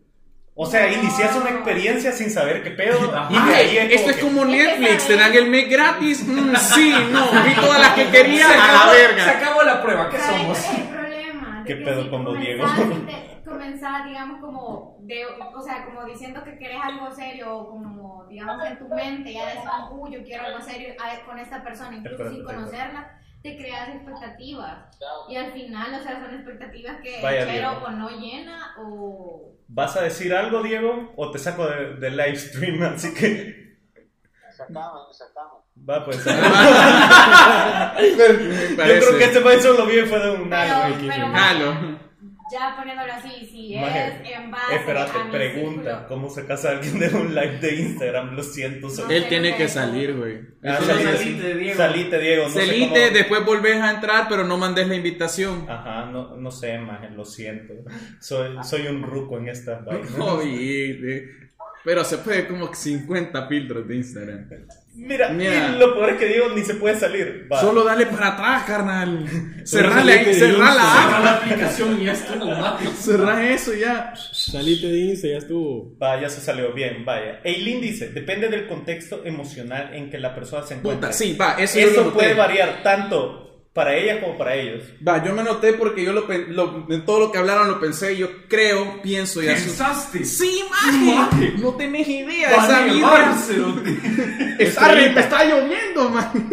Speaker 3: O sea,
Speaker 4: No.
Speaker 3: inicias una experiencia sin saber qué pedo. Y de ahí
Speaker 2: Ay,
Speaker 3: Ah, es
Speaker 2: esto
Speaker 3: como
Speaker 2: es
Speaker 3: que-
Speaker 2: como Netflix,
Speaker 4: Es que
Speaker 2: te dan el mes gratis. Mm, sí, no, vi todas las que quería
Speaker 5: se,
Speaker 2: a
Speaker 5: acabó,
Speaker 2: la verga.
Speaker 5: se acabó la prueba, ¿qué
Speaker 4: ¿Sabes
Speaker 5: somos?
Speaker 4: cuál es el problema? De
Speaker 3: ¿Qué
Speaker 4: que
Speaker 3: pedo
Speaker 4: si
Speaker 3: con Don
Speaker 4: comenzás,
Speaker 3: Diego?
Speaker 4: si te- comenzás, digamos, como, de, o sea, como diciendo que querés algo serio, o como, digamos, en tu mente, ya decís, uy, yo quiero algo serio a- con esta persona, incluso
Speaker 3: Espérate,
Speaker 4: sin
Speaker 3: espérate.
Speaker 4: conocerla, te creas expectativas. Y al final, o sea, son expectativas que
Speaker 3: Vaya
Speaker 4: el chero
Speaker 3: Diego.
Speaker 4: o no llena, o...
Speaker 3: ¿Vas a decir algo, Diego? ¿O te saco de- del live stream? Así que.
Speaker 12: se acaban, se acaban.
Speaker 3: Va, pues.
Speaker 2: Me
Speaker 3: Yo
Speaker 2: parece.
Speaker 3: creo que este país solo bien fue de un algo.
Speaker 8: Pero,
Speaker 3: aquí.
Speaker 8: pero
Speaker 2: Jalo.
Speaker 8: ya poniéndolo así, si
Speaker 3: Maje,
Speaker 8: es en base
Speaker 3: Espérate,
Speaker 8: a mi
Speaker 3: pregunta.
Speaker 8: círculo-
Speaker 3: ¿Cómo se casa alguien de un live de Instagram? Lo siento. soy-
Speaker 2: Él tiene que salir, güey.
Speaker 3: Ah,
Speaker 2: Eso no
Speaker 3: salite,
Speaker 2: es así.
Speaker 5: saliste, Diego.
Speaker 3: Salite, Diego. No sé
Speaker 2: Salite,
Speaker 3: cómo- Ah.
Speaker 2: después volvés a entrar, pero no mandes la invitación.
Speaker 3: Ajá, no, no sé, maje, lo siento. Soy, soy un ruco en estas vainas.
Speaker 2: Oye, pero se puede como que 50 filtros de Instagram.
Speaker 3: Mira,
Speaker 2: Mira.
Speaker 3: y lo peor es que Diego ni se puede salir. Va.
Speaker 2: Solo dale para atrás, carnal.
Speaker 9: Solo
Speaker 2: Cerrale
Speaker 9: salite
Speaker 2: ahí,
Speaker 9: de
Speaker 2: cerrala.
Speaker 5: Saca la aplicación y ya estuvo, mate.
Speaker 2: Cerrá eso ya.
Speaker 6: Salite de Insta, ya estuvo.
Speaker 3: Vaya, se salió bien, vaya. Eileen dice, depende del contexto emocional en que la persona se encuentra.
Speaker 2: Puta, sí, va, eso, yo lo
Speaker 3: Eso
Speaker 2: noté.
Speaker 3: puede variar tanto para ella como para ellos.
Speaker 2: Va, yo me noté porque yo lo, pen- lo- de todo lo que hablaron lo pensé, yo creo, pienso y aso-
Speaker 5: ¿Pensaste?
Speaker 2: Sí, maje, no tenés idea, esa
Speaker 5: Daniel
Speaker 2: vibra-
Speaker 5: Barcelo.
Speaker 2: Está, re- me está lloviendo, man.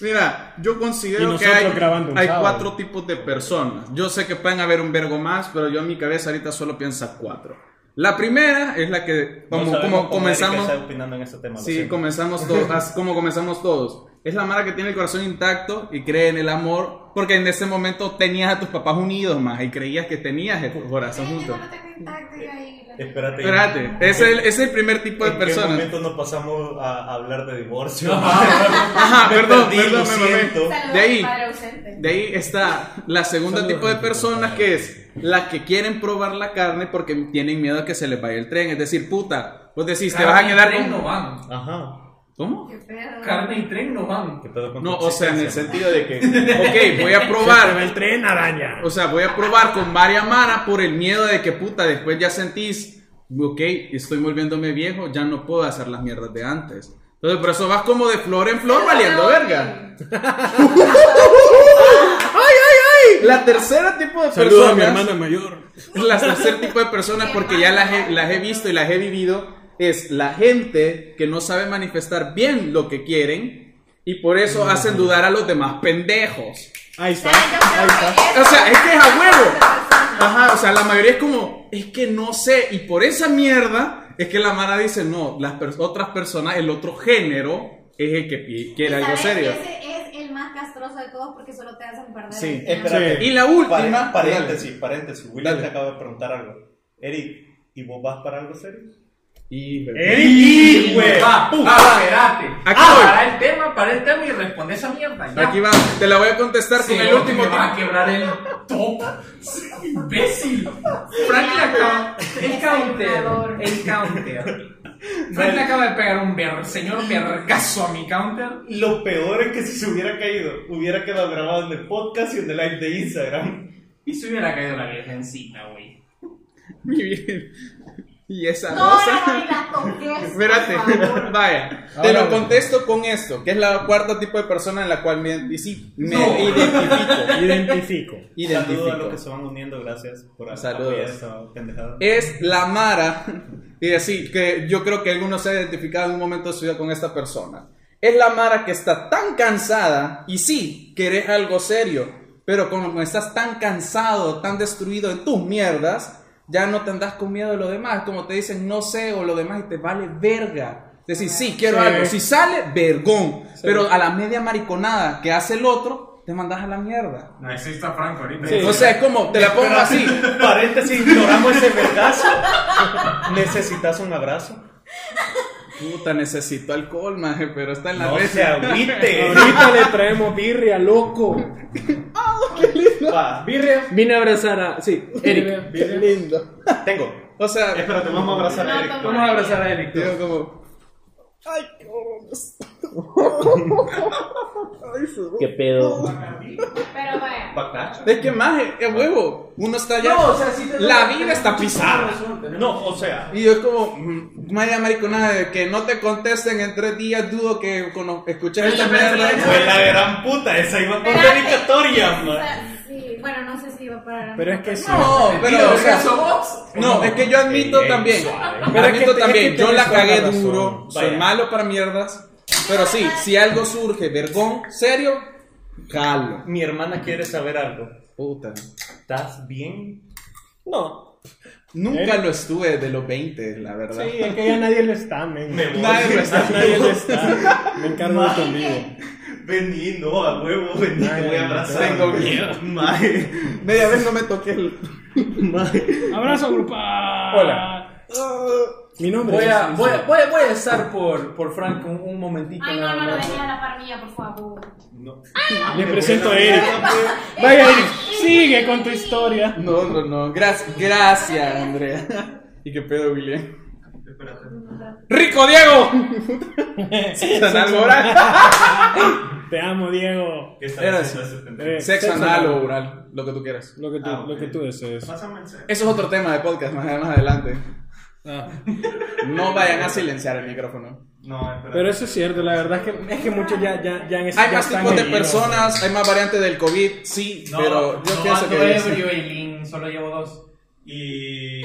Speaker 2: Mira, yo
Speaker 6: Y
Speaker 2: considero que
Speaker 6: nosotros
Speaker 2: hay,
Speaker 6: grabando un
Speaker 2: hay
Speaker 6: sábado.
Speaker 2: cuatro tipos de personas. Yo sé que pueden haber un vergo más, pero yo en mi cabeza ahorita solo piensa cuatro. La primera es la que,
Speaker 3: No
Speaker 2: como,
Speaker 3: sabemos
Speaker 2: como
Speaker 3: cómo
Speaker 2: comenzamos,
Speaker 3: Erika está opinando en este tema. lo
Speaker 2: sí,
Speaker 3: siento.
Speaker 2: comenzamos todos, as- como comenzamos todos. Es la mara que tiene el corazón intacto y cree en el amor, porque en ese momento tenías a tus papás unidos más y creías que tenías el corazón
Speaker 8: Ay, yo
Speaker 2: juntos.
Speaker 8: no lo tengo intacto yo ahí. lo-
Speaker 3: Eh, Espérate.
Speaker 2: Espérate, ese es el, ese es el primer tipo de
Speaker 3: ¿En qué
Speaker 2: personas.
Speaker 3: momento nos pasamos a hablar de divorcio?
Speaker 2: Ajá,
Speaker 3: Me
Speaker 2: perdón,
Speaker 3: perdí, lo
Speaker 2: perdón, me mamé.
Speaker 3: siento.
Speaker 8: Saludos
Speaker 2: De ahí.
Speaker 8: al padre ausente.
Speaker 2: De ahí está la segunda
Speaker 6: Saludos,
Speaker 2: tipo de
Speaker 6: Enrique,
Speaker 2: personas
Speaker 6: compadre.
Speaker 2: que es las que quieren probar la carne porque tienen miedo a que se les vaya el tren. Es decir, puta, vos decís, te vas a
Speaker 5: Carne y
Speaker 2: quedar
Speaker 5: tren no
Speaker 2: con...
Speaker 5: van.
Speaker 3: Ajá.
Speaker 2: ¿Cómo?
Speaker 8: Qué pedo.
Speaker 5: Carne y tren no van.
Speaker 3: ¿Qué pedo con tu
Speaker 2: No, o sea, en el
Speaker 3: existencia?
Speaker 2: sentido de que, ok, voy a
Speaker 6: Pero
Speaker 2: probar,
Speaker 6: el tren araña.
Speaker 2: o sea, voy a probar con varias manas por el miedo de que, puta, después ya sentís, ok, estoy volviéndome viejo, ya no puedo hacer las mierdas de antes. Entonces, por eso vas como de flor en flor valiendo verga. ¡Ay, ay, ay! La tercera tipo de
Speaker 6: Saludos
Speaker 2: personas...
Speaker 6: a mi hermana mayor.
Speaker 2: las tercer tipo de personas porque ya las he, las he visto y las he vivido es la gente que no sabe manifestar bien lo que quieren y por eso hacen dudar a los demás pendejos.
Speaker 6: Ahí está.
Speaker 8: O sea, yo creo
Speaker 6: Ahí
Speaker 8: que
Speaker 6: está.
Speaker 8: eso
Speaker 2: O sea, es que es a huevo.
Speaker 8: persona.
Speaker 2: Ajá, o sea, la mayoría es como, es que no sé y por esa mierda es que la mara dice, no, las pers- otras personas, el otro género es el que pi-
Speaker 8: Y
Speaker 2: quiere algo
Speaker 8: sabes que
Speaker 2: serio.
Speaker 8: Ese es el más castroso de todos porque solo te hacen perder.
Speaker 2: Sí.
Speaker 8: el tiempo.
Speaker 3: Espérate.
Speaker 2: Y la última-
Speaker 3: Pare- Paréntesis, paréntesis. William
Speaker 2: Dale.
Speaker 3: te acaba de preguntar algo. Eric, ¿y vos vas para algo serio?
Speaker 2: Y-
Speaker 3: ¡Eric! güey!
Speaker 5: Va, va, espérate.
Speaker 2: Aquí
Speaker 5: Ah,
Speaker 2: voy.
Speaker 5: para el tema, para el tema y responde esa mierda. ya.
Speaker 2: Aquí va, te la voy a contestar
Speaker 5: Sí,
Speaker 2: con el
Speaker 5: no,
Speaker 2: último
Speaker 5: me
Speaker 2: tipo.
Speaker 5: vas a quebrar el top. Sí, imbécil. Frank le acaba. El counter. El counter. Frank le acaba de pegar un ver, señor vergazo a mi counter.
Speaker 3: Lo peor es que si se hubiera caído, hubiera quedado grabado en el podcast y en el live de Instagram.
Speaker 5: Y se hubiera caído la virgencita, güey.
Speaker 2: Muy bien. Y esa
Speaker 8: No, no,
Speaker 2: rosa.
Speaker 8: no, ni la toques.
Speaker 2: Espérate,
Speaker 8: por favor.
Speaker 2: vaya. Te
Speaker 6: Ahora,
Speaker 2: lo contesto con esto, que es la cuarta tipo de persona en la cual me, identifi- me
Speaker 5: No.
Speaker 2: identifico.
Speaker 6: Identifico.
Speaker 3: Saludos a los que
Speaker 2: identifico.
Speaker 3: se van uniendo, gracias por a-
Speaker 2: Saludos.
Speaker 3: apoyar esta pendejada.
Speaker 2: Es la Mara, y así que yo creo que alguno se ha identificado en un momento de su vida con esta persona. Es la Mara que está tan cansada, y sí, querés algo serio, pero como estás tan cansado, tan destruido en tus mierdas, ya no te andás con miedo de lo demás. Como te dicen, no sé, o lo demás, y te vale verga. Decís, sí, quiero
Speaker 6: Sí.
Speaker 2: algo. Si sale, vergón. Pero a la media mariconada que hace el otro, te mandás a la mierda.
Speaker 5: No, ese está Franco ahorita.
Speaker 2: O sea, es como, te la pongo así.
Speaker 3: Paréntesis, ignoramos ese vergazo. ¿Necesitas un abrazo?
Speaker 2: Puta, necesito alcohol, maje, pero está en la
Speaker 3: No
Speaker 2: red.
Speaker 3: se agüite.
Speaker 6: Ahorita le traemos birria, loco.
Speaker 3: Va,
Speaker 6: Birria.
Speaker 1: Vine a abrazar a. Sí, Eric.
Speaker 2: Qué lindo.
Speaker 3: tengo.
Speaker 2: O sea,
Speaker 3: Espérate, vamos a abrazar a Eric.
Speaker 5: Vamos a abrazar a Eric.
Speaker 2: digo como,
Speaker 1: ¿Qué pedo?
Speaker 8: Pero vaya.
Speaker 3: Bacacho.
Speaker 2: es que maje, es huevo. Uno está allá.
Speaker 5: sí te-
Speaker 2: la vida está pisada.
Speaker 3: Ah, No, o sea,
Speaker 2: Y yo es como, mm, media mariconada, de que no te contesten en tres días, dudo que cono- escuches esta
Speaker 3: fue
Speaker 2: mierda.
Speaker 3: la gran puta, esa iba por
Speaker 8: Espérate.
Speaker 3: dedicatoria,
Speaker 8: O
Speaker 3: man.
Speaker 8: sea, sí, Bueno, no sé si va para.
Speaker 6: Pero es que sí.
Speaker 2: No, pero o sea,
Speaker 5: vos.
Speaker 2: no, es que yo admito
Speaker 3: Ey, ey,
Speaker 2: también.
Speaker 3: suave.
Speaker 2: Pero admito
Speaker 6: Es que te-
Speaker 2: también,
Speaker 6: es que
Speaker 2: yo
Speaker 6: tienes
Speaker 2: la cagué
Speaker 6: toda la
Speaker 2: duro,
Speaker 6: razón.
Speaker 2: soy
Speaker 3: Vaya.
Speaker 2: malo para mierdas. Pero sí, si algo surge, vergón, serio, jalo.
Speaker 3: Mi hermana quiere saber algo.
Speaker 2: Puta.
Speaker 3: ¿Estás bien?
Speaker 6: No.
Speaker 2: Nunca
Speaker 6: ¿Eh?
Speaker 2: lo estuve desde los 20, la verdad.
Speaker 6: Sí, es que ya nadie lo está, men.
Speaker 3: Me voy.
Speaker 2: Nadie lo está.
Speaker 6: Nadie lo está. Me encargo de
Speaker 3: Madre.
Speaker 6: conmigo.
Speaker 3: Vení, no, a huevo, vení,
Speaker 6: Ay,
Speaker 3: te voy a
Speaker 6: no
Speaker 3: abrazar.
Speaker 2: tengo miedo.
Speaker 3: Mae.
Speaker 2: Media vez no me toqué el.
Speaker 6: Abrazo grupal. Hola. Mi nombre
Speaker 5: Voy
Speaker 6: es.
Speaker 5: a, voy, a, voy, a, voy a estar por, por Frank un, un momentito.
Speaker 8: Ay, no,
Speaker 5: nada
Speaker 8: no lo
Speaker 5: más.
Speaker 8: dejé a la par mía, por favor.
Speaker 3: No.
Speaker 6: Le presento a Eric. Vaya, Eric, sigue con tu historia.
Speaker 2: No, no, no. Gracias, gracias, Andrea. ¿Y qué pedo, William?
Speaker 3: Espérate.
Speaker 2: ¡Rico, Diego! Sexo anal oral.
Speaker 6: Te amo, Diego.
Speaker 3: ¿Qué
Speaker 2: Era
Speaker 3: está haciendo ese pendejo?
Speaker 6: Eh,
Speaker 2: Sexo anal o oral, lo que tú quieras.
Speaker 6: Lo que tú,
Speaker 3: Ah,
Speaker 6: lo
Speaker 3: ok.
Speaker 6: que tú desees.
Speaker 3: Pásame el cel.
Speaker 2: Eso es otro tema de podcast más, más adelante.
Speaker 6: Ah,
Speaker 2: No vayan a silenciar el micrófono.
Speaker 3: No, eh, espérate.
Speaker 6: pero eso es cierto, la verdad es que, es que muchos ya, ya, ya en ese
Speaker 2: Hay
Speaker 6: ya
Speaker 2: más
Speaker 6: están
Speaker 2: tipos de
Speaker 6: heridos.
Speaker 2: personas, hay más variantes del COVID, sí,
Speaker 5: No,
Speaker 2: pero yo
Speaker 5: no
Speaker 2: pienso
Speaker 5: ando
Speaker 2: que.
Speaker 5: ebrio, Eileen, solo llevo dos.
Speaker 3: Y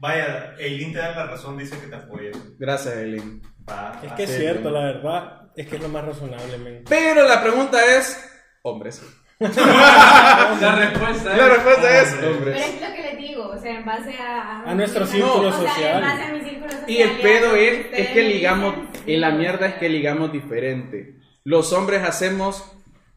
Speaker 3: vaya, Eileen te da la razón, dice que te apoya.
Speaker 2: Gracias, Eileen.
Speaker 3: Va,
Speaker 6: Es que es
Speaker 2: Sí,
Speaker 6: cierto,
Speaker 2: sí.
Speaker 6: la verdad, es que es lo más razonable, men.
Speaker 2: Pero la pregunta es: hombres.
Speaker 5: La respuesta ¿eh? es.
Speaker 2: La respuesta es:
Speaker 8: Pero
Speaker 2: hombres.
Speaker 8: es lo que les digo, o sea, en base a...
Speaker 6: A nuestro
Speaker 8: o sea,
Speaker 6: círculo
Speaker 8: en
Speaker 6: social.
Speaker 8: base a mi círculo social.
Speaker 2: Y el
Speaker 8: a
Speaker 2: pedo
Speaker 8: lo
Speaker 2: es, es
Speaker 8: ustedes
Speaker 2: que
Speaker 8: me
Speaker 2: ligamos,
Speaker 8: dicen.
Speaker 2: en la mierda es que ligamos diferente. Los hombres hacemos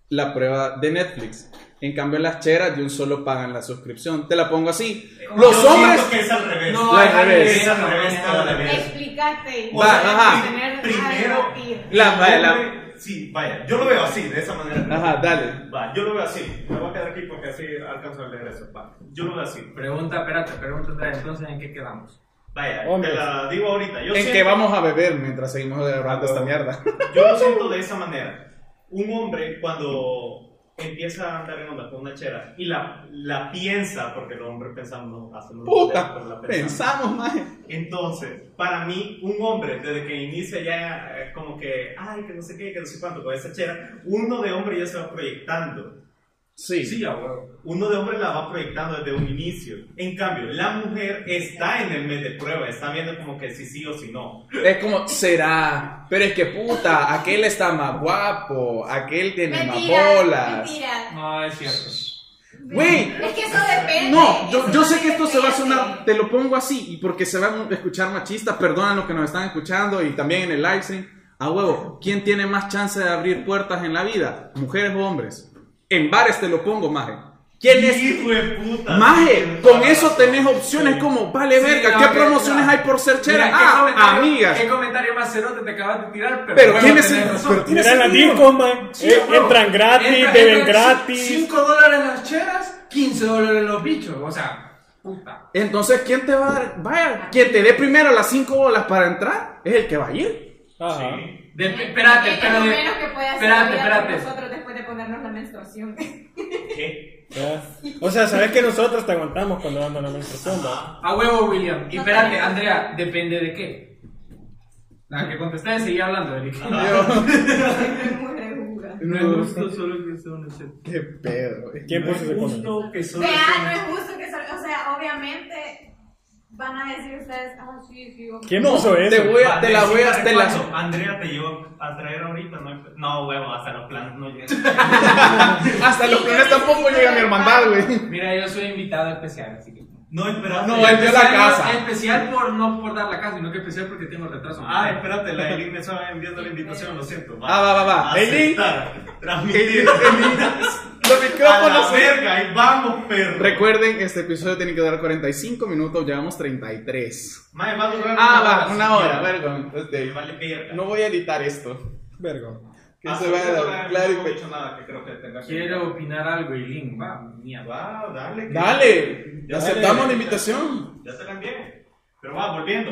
Speaker 2: la prueba de Netflix. En cambio, las cheras de un solo pagan la suscripción. Te la pongo así. Los
Speaker 3: Yo
Speaker 2: hombres.
Speaker 3: siento que es al revés.
Speaker 5: No,
Speaker 2: La
Speaker 5: es al
Speaker 2: revés.
Speaker 5: revés,
Speaker 3: Es al
Speaker 5: no,
Speaker 3: revés,
Speaker 5: es
Speaker 3: toda
Speaker 5: al
Speaker 3: la
Speaker 5: revés.
Speaker 3: vida.
Speaker 4: Explícate.
Speaker 3: O sea,
Speaker 2: ajá.
Speaker 4: tener-
Speaker 3: Primero-
Speaker 4: a debatir.
Speaker 2: La, la- la-
Speaker 3: Hombre, Sí, vaya, yo lo veo así, de esa manera.
Speaker 2: Ajá, dale.
Speaker 3: Va, yo lo veo así. Me voy a quedar aquí porque así alcanzo a leer eso. Va, yo lo veo así.
Speaker 5: Pregunta, espérate, pregunta otra vez, Entonces, ¿en qué quedamos?
Speaker 3: Vaya,
Speaker 6: Hombre.
Speaker 3: te la digo ahorita. Yo
Speaker 2: En
Speaker 3: siento-
Speaker 2: que vamos a beber mientras seguimos hablando esta mierda.
Speaker 3: Yo lo siento de esa manera. Un hombre cuando empieza a andar en onda con una chera y la, la piensa, porque los hombres pensamos, no, hacemos
Speaker 2: Puta,
Speaker 3: pero la pensamos.
Speaker 2: Pensamos, más
Speaker 3: Entonces, para mí, un hombre, desde que inicia ya eh, como que, ay, que no sé qué, que no sé cuánto, con esa chera, uno de hombre ya se va proyectando.
Speaker 2: Sí.
Speaker 3: a huevo. Uno de hombre la va proyectando desde un inicio. En cambio, la mujer está en el mes de prueba, está viendo como que si sí o si no.
Speaker 2: Es como, será. Pero es que puta, aquel está más guapo. Aquel tiene más
Speaker 4: Mentira,
Speaker 2: bolas.
Speaker 4: mentira.
Speaker 5: No, es cierto.
Speaker 2: Güey,
Speaker 4: Es que eso depende.
Speaker 2: No, yo,
Speaker 4: eso
Speaker 2: yo sé que
Speaker 4: depende.
Speaker 2: esto se va a sonar, te lo pongo así, y porque se va a escuchar machista, perdonan los que nos están escuchando y también en el live stream. A huevo, ¿quién tiene más chance de abrir puertas en la vida? ¿Mujeres o hombres? En bares te lo pongo, Maje. ¿Quién es?
Speaker 3: ¡Hijo de puta!
Speaker 2: Maje, con eso tenés opciones como, vale
Speaker 5: Sí,
Speaker 2: verga,
Speaker 5: no,
Speaker 2: ¿qué
Speaker 5: que-
Speaker 2: promociones
Speaker 5: no.
Speaker 2: hay por ser chera?
Speaker 5: Mira, ¿qué
Speaker 2: Ah,
Speaker 5: comentario-
Speaker 2: amigas.
Speaker 5: ¿Qué comentario más cerote te acabas de tirar? Pero,
Speaker 2: Pero
Speaker 5: bueno,
Speaker 2: tiene sen-
Speaker 5: tenés razón.
Speaker 2: pero
Speaker 6: Mira la
Speaker 2: sentido.
Speaker 6: disco, man.
Speaker 5: Sí,
Speaker 6: Eh,
Speaker 5: bro.
Speaker 6: entran gratis,
Speaker 5: Entra-
Speaker 6: beben
Speaker 5: entran
Speaker 6: gratis.
Speaker 5: 5 dólares las cheras, 15 dólares los bichos. O sea, puta.
Speaker 2: Entonces, ¿quién te va a dar? Vaya, quien te dé primero las cinco bolas para entrar es el que va a ir.
Speaker 6: Ajá.
Speaker 5: De-
Speaker 4: Es-
Speaker 5: Eh, espérate,
Speaker 4: es Eh, lo
Speaker 5: espérate.
Speaker 4: menos que puede hacer la
Speaker 5: Espérate,
Speaker 4: vida
Speaker 5: espérate.
Speaker 4: por nosotros después de ponernos la menstruación.
Speaker 3: ¿Qué?
Speaker 6: Ya. O sea, sabes que nosotros te aguantamos cuando damos la menstruación, va?
Speaker 5: A huevo, William. Y
Speaker 4: No
Speaker 5: espérate,
Speaker 4: sé.
Speaker 5: Andrea, depende de qué. La que contesté seguí hablando, Eric. No es justo solo que sea una chera.
Speaker 2: Qué pedo, güey.
Speaker 6: ¿Quién puso ese comentario?
Speaker 3: que solo
Speaker 4: Vea, no es justo que solo- O sea, obviamente van a decir ustedes, ah, sí, sí, ok".
Speaker 6: ¿Quién
Speaker 2: No,
Speaker 6: puso eso?
Speaker 2: te voy a, te la voy a, te la,
Speaker 3: Andrea te llevo a traer ahorita, no, hay pe- no huevo, hasta los planes no llegan.
Speaker 2: Hasta los planes tampoco llega mi hermandad, güey.
Speaker 5: Mira, yo soy invitado especial, así que.
Speaker 3: No, espérate.
Speaker 2: No, él dio la casa.
Speaker 5: Especial por no por dar la casa, sino que especial porque tengo el retraso.
Speaker 3: Ah, espérate, la Eileen me estaba enviando la invitación, lo siento.
Speaker 2: Ah, va, va, va.
Speaker 3: Aceptar, transmitir.
Speaker 2: Los
Speaker 3: A la
Speaker 2: micrófonos.
Speaker 3: verga, y vamos, perro.
Speaker 2: Recuerden, este episodio tiene que durar 45 minutos, llevamos 33.
Speaker 3: Mae, va a durar
Speaker 2: Ah, va, una hora,
Speaker 3: siquiera.
Speaker 2: verga.
Speaker 3: Te
Speaker 2: Este,
Speaker 3: vale verga.
Speaker 2: No voy a editar esto.
Speaker 6: Vergo.
Speaker 2: Que
Speaker 3: Hasta
Speaker 2: Ah, se vaya
Speaker 3: ahorita
Speaker 2: a
Speaker 3: no
Speaker 2: claro
Speaker 3: hemos
Speaker 2: y
Speaker 3: dicho nada que creo que tenga que-
Speaker 5: Quiero opinar algo, Eileen. Va, mierda.
Speaker 3: Va, dale. que-
Speaker 2: Dale,
Speaker 3: Ya
Speaker 2: aceptamos
Speaker 3: dale.
Speaker 2: la invitación.
Speaker 3: Ya te la envié. Pero va, volviendo.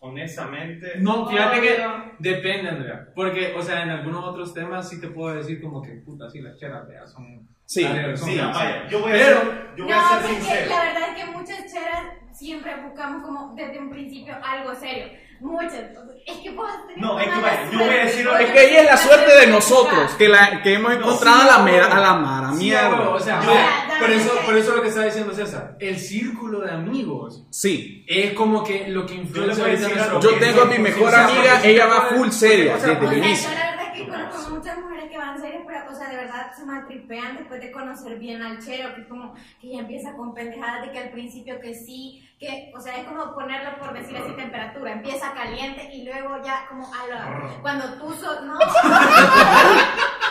Speaker 3: Honestamente.
Speaker 5: No, fíjate que
Speaker 4: Obvio.
Speaker 5: depende, Andrea. Porque, o sea, en algunos otros temas sí te puedo decir como que, puta, sí, las cheras, vea, son...
Speaker 2: Sí,
Speaker 5: dale, son-
Speaker 3: Sí, vaya. Yo voy a
Speaker 5: Pero-
Speaker 3: ser, yo voy
Speaker 4: No,
Speaker 3: a ser
Speaker 4: porque
Speaker 3: sincero.
Speaker 4: la verdad es que muchas cheras siempre buscamos como desde un principio algo serio. Muchas. Es que puedo tener
Speaker 3: No, es que
Speaker 4: mala
Speaker 3: vaya, yo voy a
Speaker 4: suerte,
Speaker 3: decir-
Speaker 4: puedo
Speaker 2: Es que ella es la
Speaker 4: tener
Speaker 2: suerte de
Speaker 4: mala
Speaker 2: nosotros, que, la, que hemos encontrado a la, mera- a la mara
Speaker 5: Sí, bro,
Speaker 2: mierda.
Speaker 5: o sea,
Speaker 4: Yo-
Speaker 5: vaya, por,
Speaker 4: Dale,
Speaker 5: eso,
Speaker 4: dale.
Speaker 5: por eso lo que está diciendo César, el círculo de amigos
Speaker 2: Sí,
Speaker 5: es como que lo que
Speaker 3: Yo le
Speaker 5: influye
Speaker 3: voy a decir algo.
Speaker 2: yo tengo a mi mejor amiga, ella va full seria
Speaker 5: O sea,
Speaker 2: desde
Speaker 4: O
Speaker 2: el
Speaker 4: sea,
Speaker 2: inicio.
Speaker 4: yo la verdad es que con trabajo con muchas mujeres que van serias, pero, o sea, de verdad se maltripean después de conocer bien al chero, que es como que ya empieza con pendejadas de que al principio que sí, que, o sea, es como ponerlo por decir así temperatura, empieza caliente y luego ya como a la, cuando tú so, no,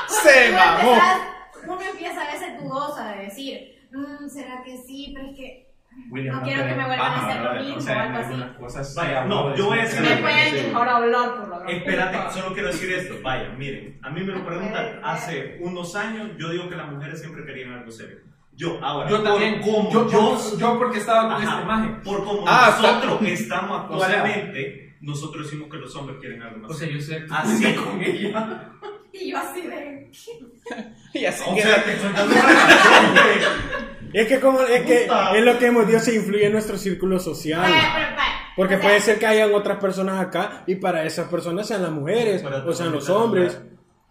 Speaker 2: Se
Speaker 4: Uno
Speaker 2: mamó.
Speaker 4: empieza- Uno empieza a veces dudosa de decir, "Mm, ¿será que sí? Pero es que
Speaker 5: William,
Speaker 4: No quiero
Speaker 5: te
Speaker 4: que me
Speaker 5: des
Speaker 4: vuelvan a
Speaker 5: paja,
Speaker 4: hacer lo
Speaker 5: brother.
Speaker 4: mismo
Speaker 5: O sea,
Speaker 4: o algo así.
Speaker 5: algunas cosas. se
Speaker 3: Vaya,
Speaker 5: habló
Speaker 3: no,
Speaker 5: de
Speaker 3: yo voy a
Speaker 5: ese
Speaker 3: decir
Speaker 4: me
Speaker 5: tema.
Speaker 3: una cosa.
Speaker 4: pueden mejor hablar por lo gran puta.
Speaker 3: Espérate, solo quiero decir esto. Vaya, miren, a mí me lo preguntan hace unos años. Yo digo que las mujeres siempre querían algo serio. Yo, ahora,
Speaker 5: Yo
Speaker 3: por
Speaker 5: también,
Speaker 3: cómo
Speaker 5: yo, yo,
Speaker 3: yo-
Speaker 5: yo porque estaba con esta
Speaker 3: Ajá,
Speaker 5: imagen.
Speaker 3: por como
Speaker 2: Ah,
Speaker 3: nosotros estamos
Speaker 5: O sea-
Speaker 3: actualmente, nosotros decimos que los hombres quieren algo más. Ah,
Speaker 5: O sea, yo sé.
Speaker 3: así con ella.
Speaker 4: Y yo así de,
Speaker 2: Y así
Speaker 3: O
Speaker 2: que
Speaker 3: sea, que soy dando una razón, güey.
Speaker 6: Es que, como, es, que
Speaker 3: Puta.
Speaker 6: es lo que hemos dicho, se influye en nuestro círculo social.
Speaker 4: "Vaya,
Speaker 2: Ah,
Speaker 4: pero vaya".
Speaker 6: Porque
Speaker 4: O sea,
Speaker 6: puede ser que hayan otras personas acá y para esas personas sean las mujeres
Speaker 3: Para
Speaker 6: o sean
Speaker 3: todos los
Speaker 6: los hombres.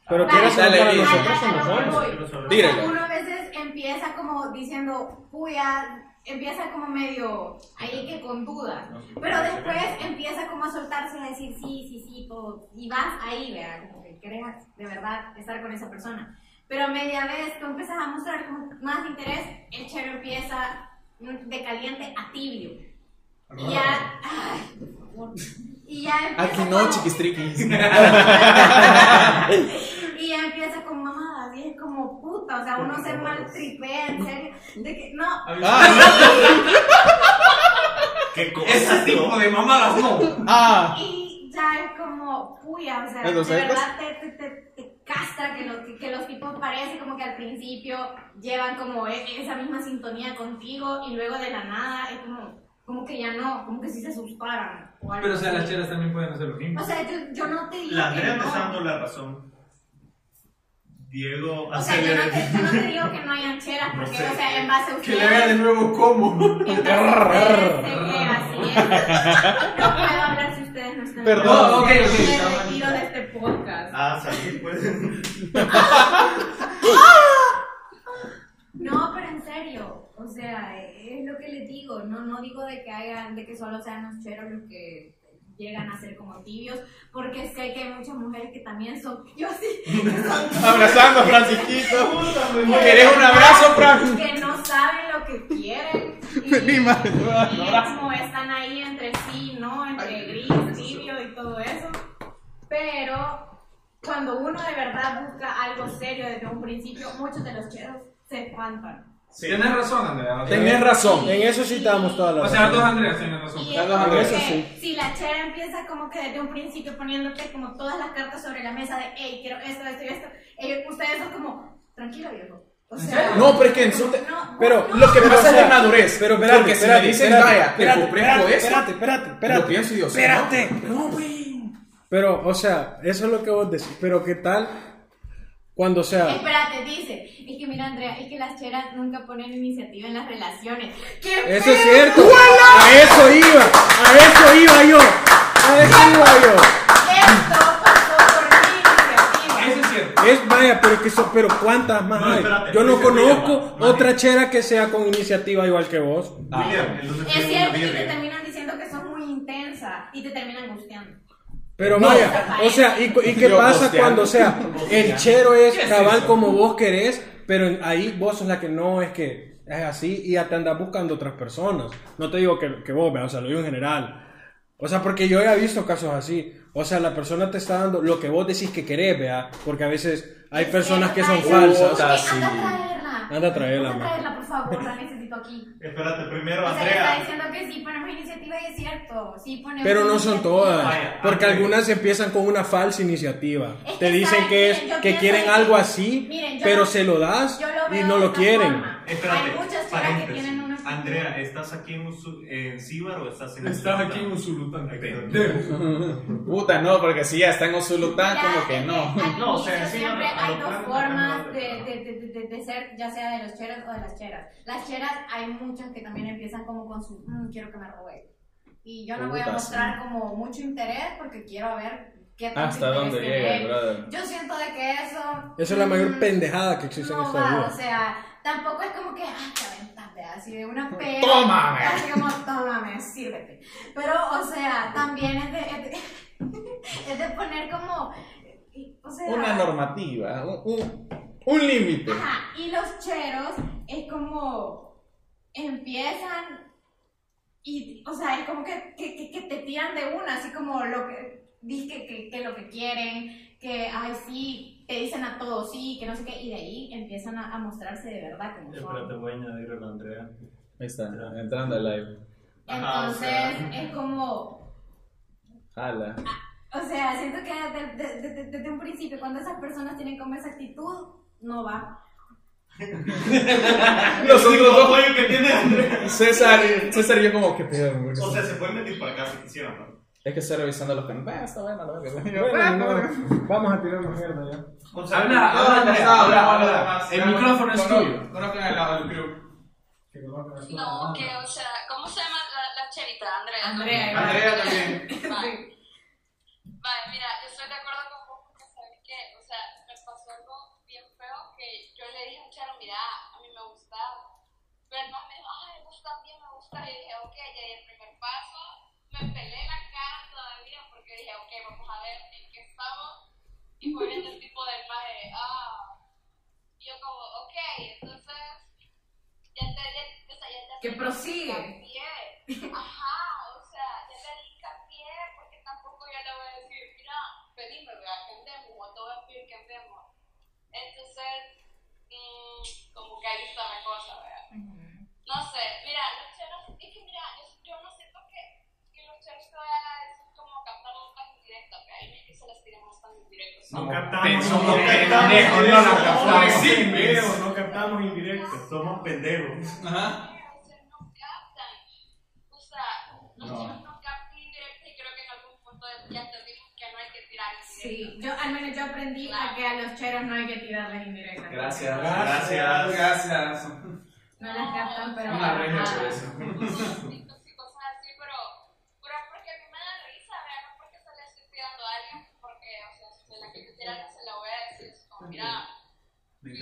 Speaker 6: Pero
Speaker 4: Vale,
Speaker 6: quieras o no,
Speaker 2: Ah, dale,
Speaker 6: para
Speaker 2: Liz.
Speaker 6: nosotros
Speaker 4: a- a-
Speaker 6: son los
Speaker 4: a lo que
Speaker 6: hombres.
Speaker 4: voy. O sea,
Speaker 2: Tírala.
Speaker 4: Uno a veces empieza como diciendo, puya, empieza como medio ahí que con dudas. Pero después empieza como a soltarse y a decir sí, sí, sí, todo. Y vas ahí, vea, como que querés de verdad estar con esa persona. Pero a media vez tú empiezas a mostrar como más interés, el chero empieza mm, de caliente a tibio. Y ya. ay, por favor. y ya empieza
Speaker 2: Aquí no,
Speaker 4: como-
Speaker 2: chiquistriquis.
Speaker 4: y ya empieza con mamadas y es como puta, o sea, uno se maltripea, en serio, de que no,
Speaker 2: Ah,
Speaker 3: ¿Qué cosa,
Speaker 5: Ese
Speaker 3: no?
Speaker 5: Este tipo de mamadas no.
Speaker 2: ah.
Speaker 4: y ya es como puya, o sea,
Speaker 2: Bueno,
Speaker 4: de
Speaker 2: ¿sabes?
Speaker 4: verdad te, te, te, te castra que los, que los tipos parecen como que al principio llevan como e- esa misma sintonía contigo y luego de la nada es como, como que ya no, como que sí se asustaran. o algo
Speaker 5: Pero o sea,
Speaker 4: así.
Speaker 5: las cheras también pueden hacer lo mismo.
Speaker 4: O sea, yo, yo no te digo
Speaker 3: La
Speaker 4: que
Speaker 3: Andrea
Speaker 4: no.
Speaker 3: me está dando la razón. Diego,
Speaker 4: O sea, yo no, te,
Speaker 3: acelera.
Speaker 4: yo no te digo que no hayan cheras,
Speaker 3: No
Speaker 4: porque,
Speaker 3: sé.
Speaker 4: o sea, en base a
Speaker 5: Que le
Speaker 4: ustedes...
Speaker 5: vea de nuevo cómo.
Speaker 4: En base a ustedes, sé que así es. No puedo hablar si ustedes no están...
Speaker 2: Perdón.
Speaker 5: No, ok, ok,
Speaker 4: Me
Speaker 5: está mal.
Speaker 4: retiro de este podcast.
Speaker 3: Ah, salir, pues.
Speaker 4: No, pero en serio, o sea, es lo que les digo, no, no digo de que hagan, de que solo sean los cheros los que llegan a ser como tibios, porque sé que hay muchas mujeres que también son, yo sí, que son
Speaker 2: Abrazando a Francisquito.
Speaker 3: Ah,
Speaker 2: ¿Querés un abrazo, Fran?
Speaker 4: que no saben lo que quieren. Y,
Speaker 2: Mi madre,
Speaker 4: y
Speaker 2: un abrazo.
Speaker 4: como están ahí entre sí, ¿no? Entre gris, tibio y todo eso. Pero cuando uno de verdad busca algo serio desde un principio, muchos de los cheros se espantan.
Speaker 3: Sí.
Speaker 5: Tienes razón, Andrea. o sea,
Speaker 2: Tenés razón.
Speaker 6: En eso sí te damos toda la
Speaker 5: O sea,
Speaker 6: razón.
Speaker 5: dos Andreas tienen razón.
Speaker 4: Y
Speaker 2: Ya
Speaker 4: es
Speaker 2: los
Speaker 4: como
Speaker 2: abrazo,
Speaker 4: que
Speaker 2: sí.
Speaker 4: si la chera empieza como que desde un principio poniéndote como todas las cartas sobre la mesa de, hey, quiero esto, esto y esto, ellos- ustedes son como, tranquilo viejo. O sea,
Speaker 2: No, pero es que en su-
Speaker 4: no,
Speaker 6: pero
Speaker 4: no,
Speaker 2: Lo que
Speaker 6: Pero,
Speaker 2: pasa
Speaker 6: o sea,
Speaker 2: es la madurez.
Speaker 6: Pero espérate,
Speaker 2: porque
Speaker 6: espérate,
Speaker 2: si me dicen,
Speaker 6: espérate,
Speaker 2: vaya, te
Speaker 6: espérate,
Speaker 2: ofrezco
Speaker 6: espérate,
Speaker 2: esto.
Speaker 6: espérate, espérate, espérate.
Speaker 2: Lo pienso y digo,
Speaker 6: espérate.
Speaker 2: No, güey.
Speaker 6: Pero, o sea, eso es lo que vos decís. Pero, ¿qué tal cuando o sea?
Speaker 4: Espérate, dice. Es que mira, Andrea, es que las cheras nunca ponen iniciativa en las relaciones. ¡Qué
Speaker 6: Eso
Speaker 4: feo!
Speaker 6: es cierto. A eso iba, a eso iba yo. A eso iba yo.
Speaker 4: Esto pasó por
Speaker 5: Eso
Speaker 4: mi iniciativa.
Speaker 5: es cierto.
Speaker 6: Es vaya, pero es que eso, pero cuántas más
Speaker 3: No,
Speaker 6: hay.
Speaker 3: espérate,
Speaker 6: yo no
Speaker 3: espérate,
Speaker 6: conozco
Speaker 3: espérate.
Speaker 6: otra chera que sea con iniciativa igual que vos.
Speaker 3: William, el lunes tengo
Speaker 4: Es
Speaker 3: una
Speaker 4: cierto que te
Speaker 3: birria.
Speaker 4: terminan diciendo que son muy intensa y te terminan angustiando.
Speaker 6: Pero
Speaker 4: No.
Speaker 6: vaya, o sea, ¿y, cu- y qué
Speaker 2: Yo
Speaker 6: pasa
Speaker 2: posteando.
Speaker 6: cuando, o sea, el chero es
Speaker 5: ¿Qué es
Speaker 6: cabal
Speaker 5: eso?
Speaker 6: como vos querés, pero en- ahí vos sos la que no es que es así y ya te andas buscando otras personas. No te digo que, que vos, vea, o sea, lo digo en general. O sea, porque yo he visto casos así. O sea, la persona te está dando lo que vos decís que querés, vea, porque a veces hay personas que son
Speaker 4: Ay,
Speaker 6: falsas.
Speaker 4: Anda
Speaker 2: Puta,
Speaker 4: a
Speaker 2: sí.
Speaker 4: traerla.
Speaker 6: Anda a traerla,
Speaker 4: Anda
Speaker 6: ma.
Speaker 4: a traerla, por favor, la necesito aquí.
Speaker 3: Espérate, primero,
Speaker 4: O sea, está
Speaker 3: Andrea.
Speaker 4: diciendo que sí ponemos iniciativa y es cierto. Sí ponemos
Speaker 6: Pero no son
Speaker 4: iniciativa.
Speaker 6: todas,
Speaker 3: Vaya,
Speaker 6: porque
Speaker 3: André.
Speaker 6: algunas empiezan con una falsa iniciativa.
Speaker 4: Es que
Speaker 6: Te dicen
Speaker 4: saben,
Speaker 6: que es
Speaker 4: miren, yo
Speaker 6: que
Speaker 4: pienso
Speaker 6: quieren
Speaker 4: que-
Speaker 6: algo así,
Speaker 4: miren, yo
Speaker 6: pero
Speaker 4: no-
Speaker 6: se lo das
Speaker 4: Yo lo veo
Speaker 6: y
Speaker 4: de
Speaker 6: no lo
Speaker 4: esa
Speaker 6: quieren.
Speaker 4: forma.
Speaker 3: Espérate.
Speaker 4: Hay muchas cheras que
Speaker 3: paréntesis.
Speaker 4: tienen unos.
Speaker 3: Andrea, ¿estás aquí en, Usu- en Cíbar o estás en
Speaker 5: Estás
Speaker 3: Usulután?
Speaker 5: aquí en un sulután.
Speaker 2: Puta, no, porque si ya está en Usulután,
Speaker 4: Ya,
Speaker 2: como que
Speaker 4: es
Speaker 2: no.
Speaker 4: Al
Speaker 3: No, o
Speaker 4: inicio
Speaker 3: sea, sí,
Speaker 4: siempre
Speaker 3: a- a
Speaker 4: hay
Speaker 3: lo
Speaker 4: dos
Speaker 3: plano,
Speaker 4: formas
Speaker 3: a lo
Speaker 4: de,
Speaker 3: plano.
Speaker 4: de- de- de- de ser, ya sea de los cheros o de las cheras. Las cheras hay muchas que también empiezan como con su, "Mm, quiero que me robe. Y yo no voy a
Speaker 2: Puta, sí.
Speaker 4: mostrar como mucho interés porque quiero ver qué tanto
Speaker 2: Hasta
Speaker 4: interés
Speaker 2: dónde
Speaker 4: tiene
Speaker 2: llega,
Speaker 4: él.
Speaker 2: brother.
Speaker 4: Yo siento de que eso...
Speaker 6: Esa es la mayor
Speaker 4: mm,
Speaker 6: pendejada que existe en
Speaker 4: no
Speaker 6: esta
Speaker 4: va,
Speaker 6: vida.
Speaker 4: o sea, tampoco es como que, ah, te aventaste, así de una pera.
Speaker 2: Tómame.
Speaker 4: Así como, tómame, sírvete. Pero, o sea, también es de, es de, es de poner como y, o sea,
Speaker 2: Una normativa, un, un- un límite.
Speaker 4: Ajá, y los cheros es como empiezan y, o sea, es como que, que, que- que te tiran de una, así como lo que, dizque que, que lo que quieren, que, ay, sí, te dicen a todos sí, que no sé qué, y de ahí empiezan a, a mostrarse de verdad como
Speaker 3: Pero te
Speaker 4: son.
Speaker 3: voy a añadir a la Andrea.
Speaker 2: Ahí está, entrando al live.
Speaker 7: Ajá, o
Speaker 4: Entonces,
Speaker 7: sea.
Speaker 4: es como,
Speaker 2: Jala.
Speaker 4: O sea, siento que de- de- de- de- desde, un principio, cuando esas personas tienen como esa actitud, no va.
Speaker 2: Nosotros
Speaker 3: Los
Speaker 2: dos.
Speaker 3: pollos que tiene Andrea.
Speaker 2: César, César y yo como que pedo, güey.
Speaker 3: O sea, se pueden meter para acá si quisieran, ¿no?
Speaker 2: Es que estoy revisando los canales. Ah, está bueno, la verga. Yo,
Speaker 6: Bueno,
Speaker 2: ah, está
Speaker 6: ni modo.
Speaker 2: bueno.
Speaker 6: Vamos a tirar la mierda ya.
Speaker 3: O sea,
Speaker 2: Ah,
Speaker 5: Habla,
Speaker 3: yo-
Speaker 5: habla, Andrea, habla, habla.
Speaker 3: habla.
Speaker 5: El micrófono es tuyo.
Speaker 2: Conozcan al lado del crew.
Speaker 12: No, que, o sea, ¿cómo se llama la, la chelita? Andrea.
Speaker 4: Andrea,
Speaker 12: ¿no?
Speaker 3: Andrea también.
Speaker 12: Vale. Vale, mira, yo estoy de acuerdo con vos porque sabes que, o sea, me pasó algo bien feo que yo le dije a un chero, mira, a mí me gustaba. Pero el man me dijo, ay, vos también me gusta. Y dije, ok, ya di el primer paso. Me pelé la cara todavía porque dije, ok, vamos a ver en qué estamos. Y fue viendo el tipo del maje, ah. Y yo como, ok, entonces, ya te, ya, o sea, ya te
Speaker 4: Que prosigue.
Speaker 12: Hincapié. Ajá, o sea, ya le di hincapié, porque tampoco yo le voy a decir, mira, pedime, vea, que andemos, o te voy a pedir que andemos. Entonces, mm, como que ahí está la cosa, vea. No sé, mira, los cheros, es que mira, yo, yo no siento que, que los cheros te vayan a decir como cantaron tan directo, vea, hay unos que se les tiran más tan directos.
Speaker 3: No
Speaker 5: Pensó
Speaker 3: captamos, no
Speaker 5: que
Speaker 3: captamos.
Speaker 5: pendejo, no la captamos.
Speaker 3: Sí,
Speaker 5: Pendejo.
Speaker 3: pendejo, no captamos indirecto. Somos pendejos.
Speaker 12: no captan. O sea, nosotros no captan indirecto y creo que en algún punto ya entendimos que no hay que tirar
Speaker 4: Sí, yo al menos yo aprendí a que a los cheros no hay que tirarles indirectas.
Speaker 5: Gracias,
Speaker 3: Gracias.
Speaker 5: Gracias.
Speaker 4: No las gastan, pero.
Speaker 5: Una reina
Speaker 4: Ajá.
Speaker 5: por eso.
Speaker 12: conflictos y cosas así, pero, pero es porque a mí me da risa, ¿verdad? No porque se le estoy tirando a alguien, porque, o sea, si se la quiero tirar, se la voy a decir, es como, mira.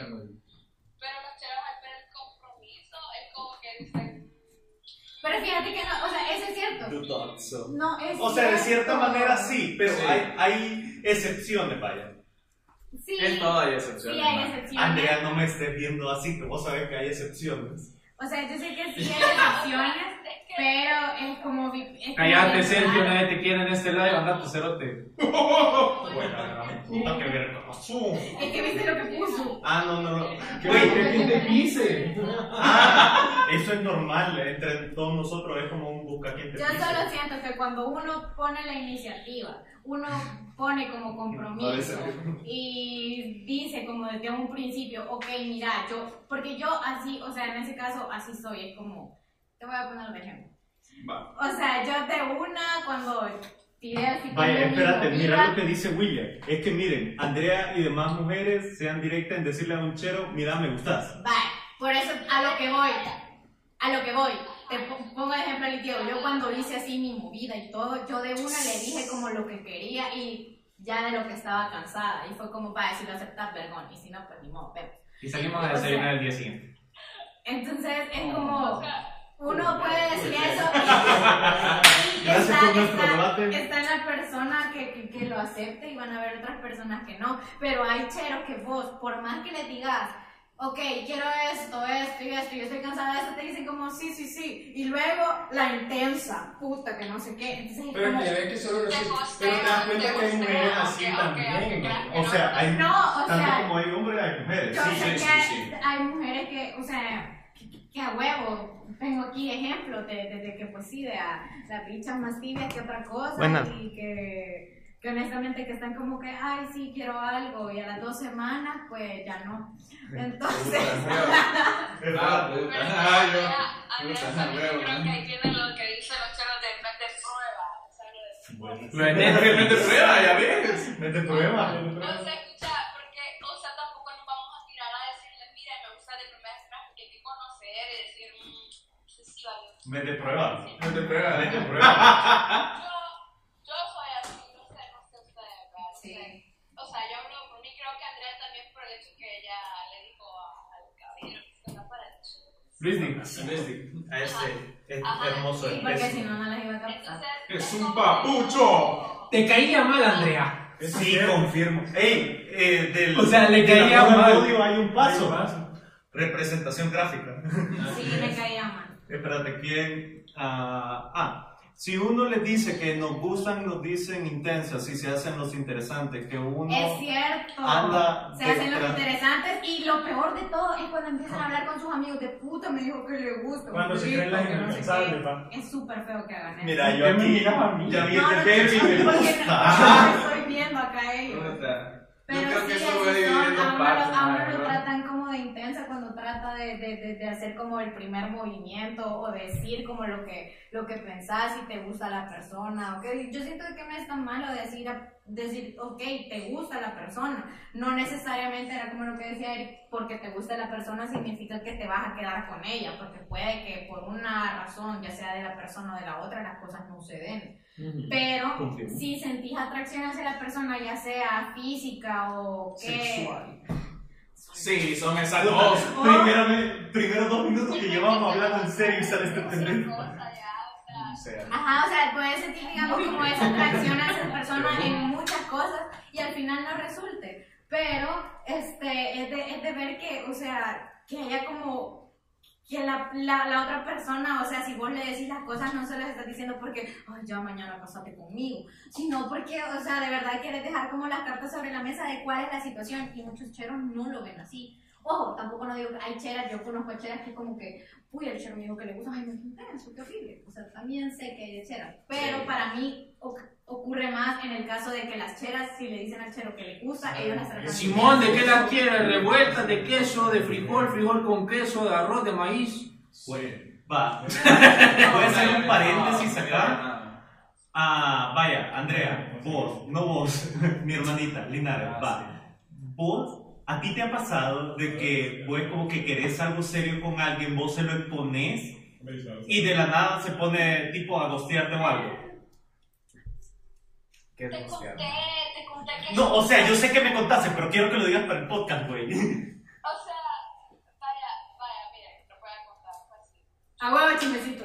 Speaker 12: Pero los chavos al ver el compromiso, es como que dicen,
Speaker 4: Pero fíjate que no, o sea, eso es cierto. No, es
Speaker 3: O sea, de cierta
Speaker 4: cierto.
Speaker 3: manera sí, pero
Speaker 5: Sí.
Speaker 3: Hay, hay excepciones, vaya.
Speaker 4: Sí,
Speaker 5: En todo hay
Speaker 4: sí
Speaker 5: excepciones.
Speaker 4: hay
Speaker 5: man.
Speaker 4: excepciones.
Speaker 3: Andrea, no me estés viendo así, que vos sabés que hay excepciones.
Speaker 4: O sea, yo sé que sí hay excepciones,
Speaker 12: es que.
Speaker 4: pero es como. vi- es como
Speaker 5: Cállate,
Speaker 4: bien
Speaker 5: Sergio,
Speaker 4: raro.
Speaker 5: nadie te quiere en este live. Anda tu cerote.
Speaker 3: Bueno, gran puta que ver con su-
Speaker 4: Es que viste lo que puso.
Speaker 3: Ah, no, no, no. Güey,
Speaker 5: ¿Qué te dice?
Speaker 3: ah, eso es normal, eh, entre todos nosotros es como un busca quien te
Speaker 4: Yo
Speaker 3: pise.
Speaker 4: solo siento que cuando uno pone la iniciativa, uno pone como
Speaker 3: No,
Speaker 4: compromiso
Speaker 3: esa-
Speaker 4: y dice como desde un principio, ok, mira, yo, porque yo así, o sea, en ese caso así soy, es como, te voy a poner un ejemplo.
Speaker 3: Va.
Speaker 4: O sea, yo de una cuando tiré así como
Speaker 3: Vaya,
Speaker 4: mi
Speaker 3: espérate,
Speaker 4: movida,
Speaker 3: mira lo que dice William. Es que miren, Andrea y demás mujeres sean directas en decirle a un chero, mira, me gustas.
Speaker 4: Vale, por eso a lo que voy, a lo que voy. Te po- pongo de ejemplo el tío. Yo cuando hice así mi movida y todo, yo de una le dije como lo que quería y ya de lo que estaba cansada. Y fue como, vale, si lo aceptas, vergón. Y si no, pues ni modo, vemos.
Speaker 5: Y salimos a desayunar el día siguiente.
Speaker 4: Entonces es
Speaker 12: O
Speaker 4: como,
Speaker 12: sea,
Speaker 4: uno puede decir eso. y- y
Speaker 3: Gracias por nuestro
Speaker 4: está,
Speaker 3: debate.
Speaker 4: está en la persona que, que- que lo acepte y van a haber otras personas que no. Pero hay cheros que vos, por más que le digas, ok, quiero esto, esto y esto, y yo estoy cansada de esto, te dicen como sí, sí, sí. Y luego la intensa, puta, que no sé qué. Entonces es
Speaker 9: Pero
Speaker 4: como,
Speaker 9: te ve que solo
Speaker 12: te
Speaker 9: los Pero te das cuenta
Speaker 12: costean, te
Speaker 9: que hay mujeres
Speaker 12: costean,
Speaker 9: así
Speaker 12: aunque- aunque- aunque
Speaker 9: también.
Speaker 12: creas
Speaker 9: ¿no?
Speaker 12: que
Speaker 3: O sea, hay
Speaker 4: no, o sea.
Speaker 3: tanto como hay hombres, hay mujeres.
Speaker 4: Yo
Speaker 3: Sí,
Speaker 4: sé
Speaker 3: sí,
Speaker 4: que
Speaker 3: sí, sí.
Speaker 4: hay mujeres que, o sea, que, que a huevo, tengo aquí ejemplos de, de- de que pues sí, de a, las bichas más tibias que otra cosa
Speaker 3: Bueno.
Speaker 4: y que, que honestamente que están como que, ay, sí, quiero algo y a las dos semanas pues ya no. Entonces,
Speaker 3: ¿Verdad?
Speaker 12: Pero
Speaker 9: Ah, yo-
Speaker 12: Andrea- Andrea
Speaker 9: puta,
Speaker 12: también
Speaker 9: huevo,
Speaker 12: creo
Speaker 9: ¿no?
Speaker 12: que ahí tiene lo que dice los cheros de de prueba, o sea, lo de
Speaker 5: Lo de Netflix.
Speaker 3: prueba, ya ves. Mete prueba.
Speaker 12: No se escucha, porque, o sea, tampoco nos vamos a tirar a decirle, mira, me gusta de primera vez, porque hay que conocer y decir, mmm, sí, sí, vale.
Speaker 3: Mete prueba.
Speaker 12: Sí.
Speaker 3: Mete prueba. Mete prueba.
Speaker 12: Yo, yo soy así, no sé, no sé ustedes, ¿verdad?
Speaker 4: sí.
Speaker 12: O sea, yo hablo por mí, creo que Andrea también por el hecho que ella le dijo a- al caballero que se la para el chico.
Speaker 3: A este, este
Speaker 12: Ajá.
Speaker 3: hermoso.
Speaker 4: Sí, porque
Speaker 3: imbécil.
Speaker 4: si no, no las iba a captar.
Speaker 12: Entonces,
Speaker 3: Es
Speaker 12: como
Speaker 3: un
Speaker 12: que-
Speaker 3: papucho.
Speaker 5: Te caía mal, Andrea. Eso
Speaker 3: Sí,
Speaker 5: es cierto.
Speaker 3: confirmo. Ey, eh, del,
Speaker 5: O sea, le
Speaker 3: de la
Speaker 5: caía
Speaker 3: forma
Speaker 5: mal.
Speaker 3: al odio hay un paso.
Speaker 5: Hay un paso.
Speaker 3: Representación gráfica.
Speaker 8: Sí, le caía mal.
Speaker 3: Espérate, ¿quién? Ah, ah, si uno les dice que nos gustan, nos dicen intensas, si se hacen los interesantes, que uno...
Speaker 4: Es cierto.
Speaker 3: Anda
Speaker 4: se hacen los
Speaker 3: detrás.
Speaker 4: interesantes y lo peor de todo es cuando empiezan a hablar con sus amigos de puta, me dijo que le gusta.
Speaker 5: Cuando se
Speaker 4: sí,
Speaker 5: creen las
Speaker 4: porque no sé
Speaker 5: inalcanzables,
Speaker 4: qué.
Speaker 5: pa.
Speaker 4: Es súper feo que hagan eso.
Speaker 3: Mira, yo
Speaker 5: ¿Qué me
Speaker 3: aquí
Speaker 5: miras a mí?
Speaker 3: ya vi el
Speaker 4: No, no,
Speaker 3: de Perry,
Speaker 4: no,
Speaker 3: me
Speaker 4: no,
Speaker 3: gusta. Ah,
Speaker 4: no, no estoy viendo acá ellos.
Speaker 2: Puta.
Speaker 4: Pero
Speaker 2: Yo creo
Speaker 4: sí,
Speaker 2: que eso
Speaker 4: así
Speaker 2: va a dividir
Speaker 4: son,
Speaker 2: los
Speaker 4: a uno lo-
Speaker 2: pasos,
Speaker 4: a
Speaker 2: la
Speaker 4: uno lo
Speaker 2: verdad.
Speaker 4: tratan como de intensa cuando trata de, de- de- de hacer como el primer movimiento o decir como lo que, lo que pensás, si te gusta la persona. o que- Yo siento que no es tan malo decir, a- decir, ok, te gusta la persona. No necesariamente era como lo que decía Eric, porque te gusta la persona significa que te vas a quedar con ella, porque puede que por una razón, ya sea de la persona o de la otra, las cosas no se den. Pero
Speaker 3: Confirmo.
Speaker 4: si sentís atracción hacia la persona, ya sea física o que...
Speaker 2: Sexual. Sí, son esas
Speaker 3: No,
Speaker 2: dos.
Speaker 3: primero, me- primero dos minutos que llevamos hablando en serio y sale este pendejo.
Speaker 4: ah,
Speaker 12: pendejo.
Speaker 4: Ajá, o sea, puedes sentir, digamos, como esa atracción hacia la persona en muchas cosas y al final no resulte. Pero este, es, de, es de ver que, o sea, que haya como que la, la, la otra persona, o sea, si vos le decís las cosas, no se las estás diciendo porque, ay, ya mañana pasate conmigo, sino porque, o sea, de verdad quieres dejar como las cartas sobre la mesa de cuál es la situación y muchos cheros no lo ven así. Ojo, tampoco no digo que hay cheras, yo conozco cheras que como que, uy, el chero me dijo que le gusta, ay, no es intenso, qué horrible. O sea, también sé que hay cheras, pero para mí o- ocurre más en el caso de que las cheras, si le dicen al chero que le gusta, ellos las tratan
Speaker 5: Ah, Simón, ¿de
Speaker 4: bien.
Speaker 5: qué las quieres? Revueltas de queso, de frijol, frijol con queso, de arroz, de maíz.
Speaker 3: Va. Voy a hacer un paréntesis acá. Ah, vaya, Andrea, vos, no vos, mi hermanita, Linares, va. Vos, a ti te ha pasado de que, vos como que querés algo serio con alguien, vos se lo exponés y de la nada se pone tipo a gostearte o algo.
Speaker 2: Qué
Speaker 12: Te
Speaker 2: demasiado.
Speaker 12: conté, te conté que.
Speaker 3: No, o sea, yo sé que me contaste, pero quiero que lo digas para el podcast, güey.
Speaker 12: O sea, vaya, vaya, mira, te lo voy a contar pues,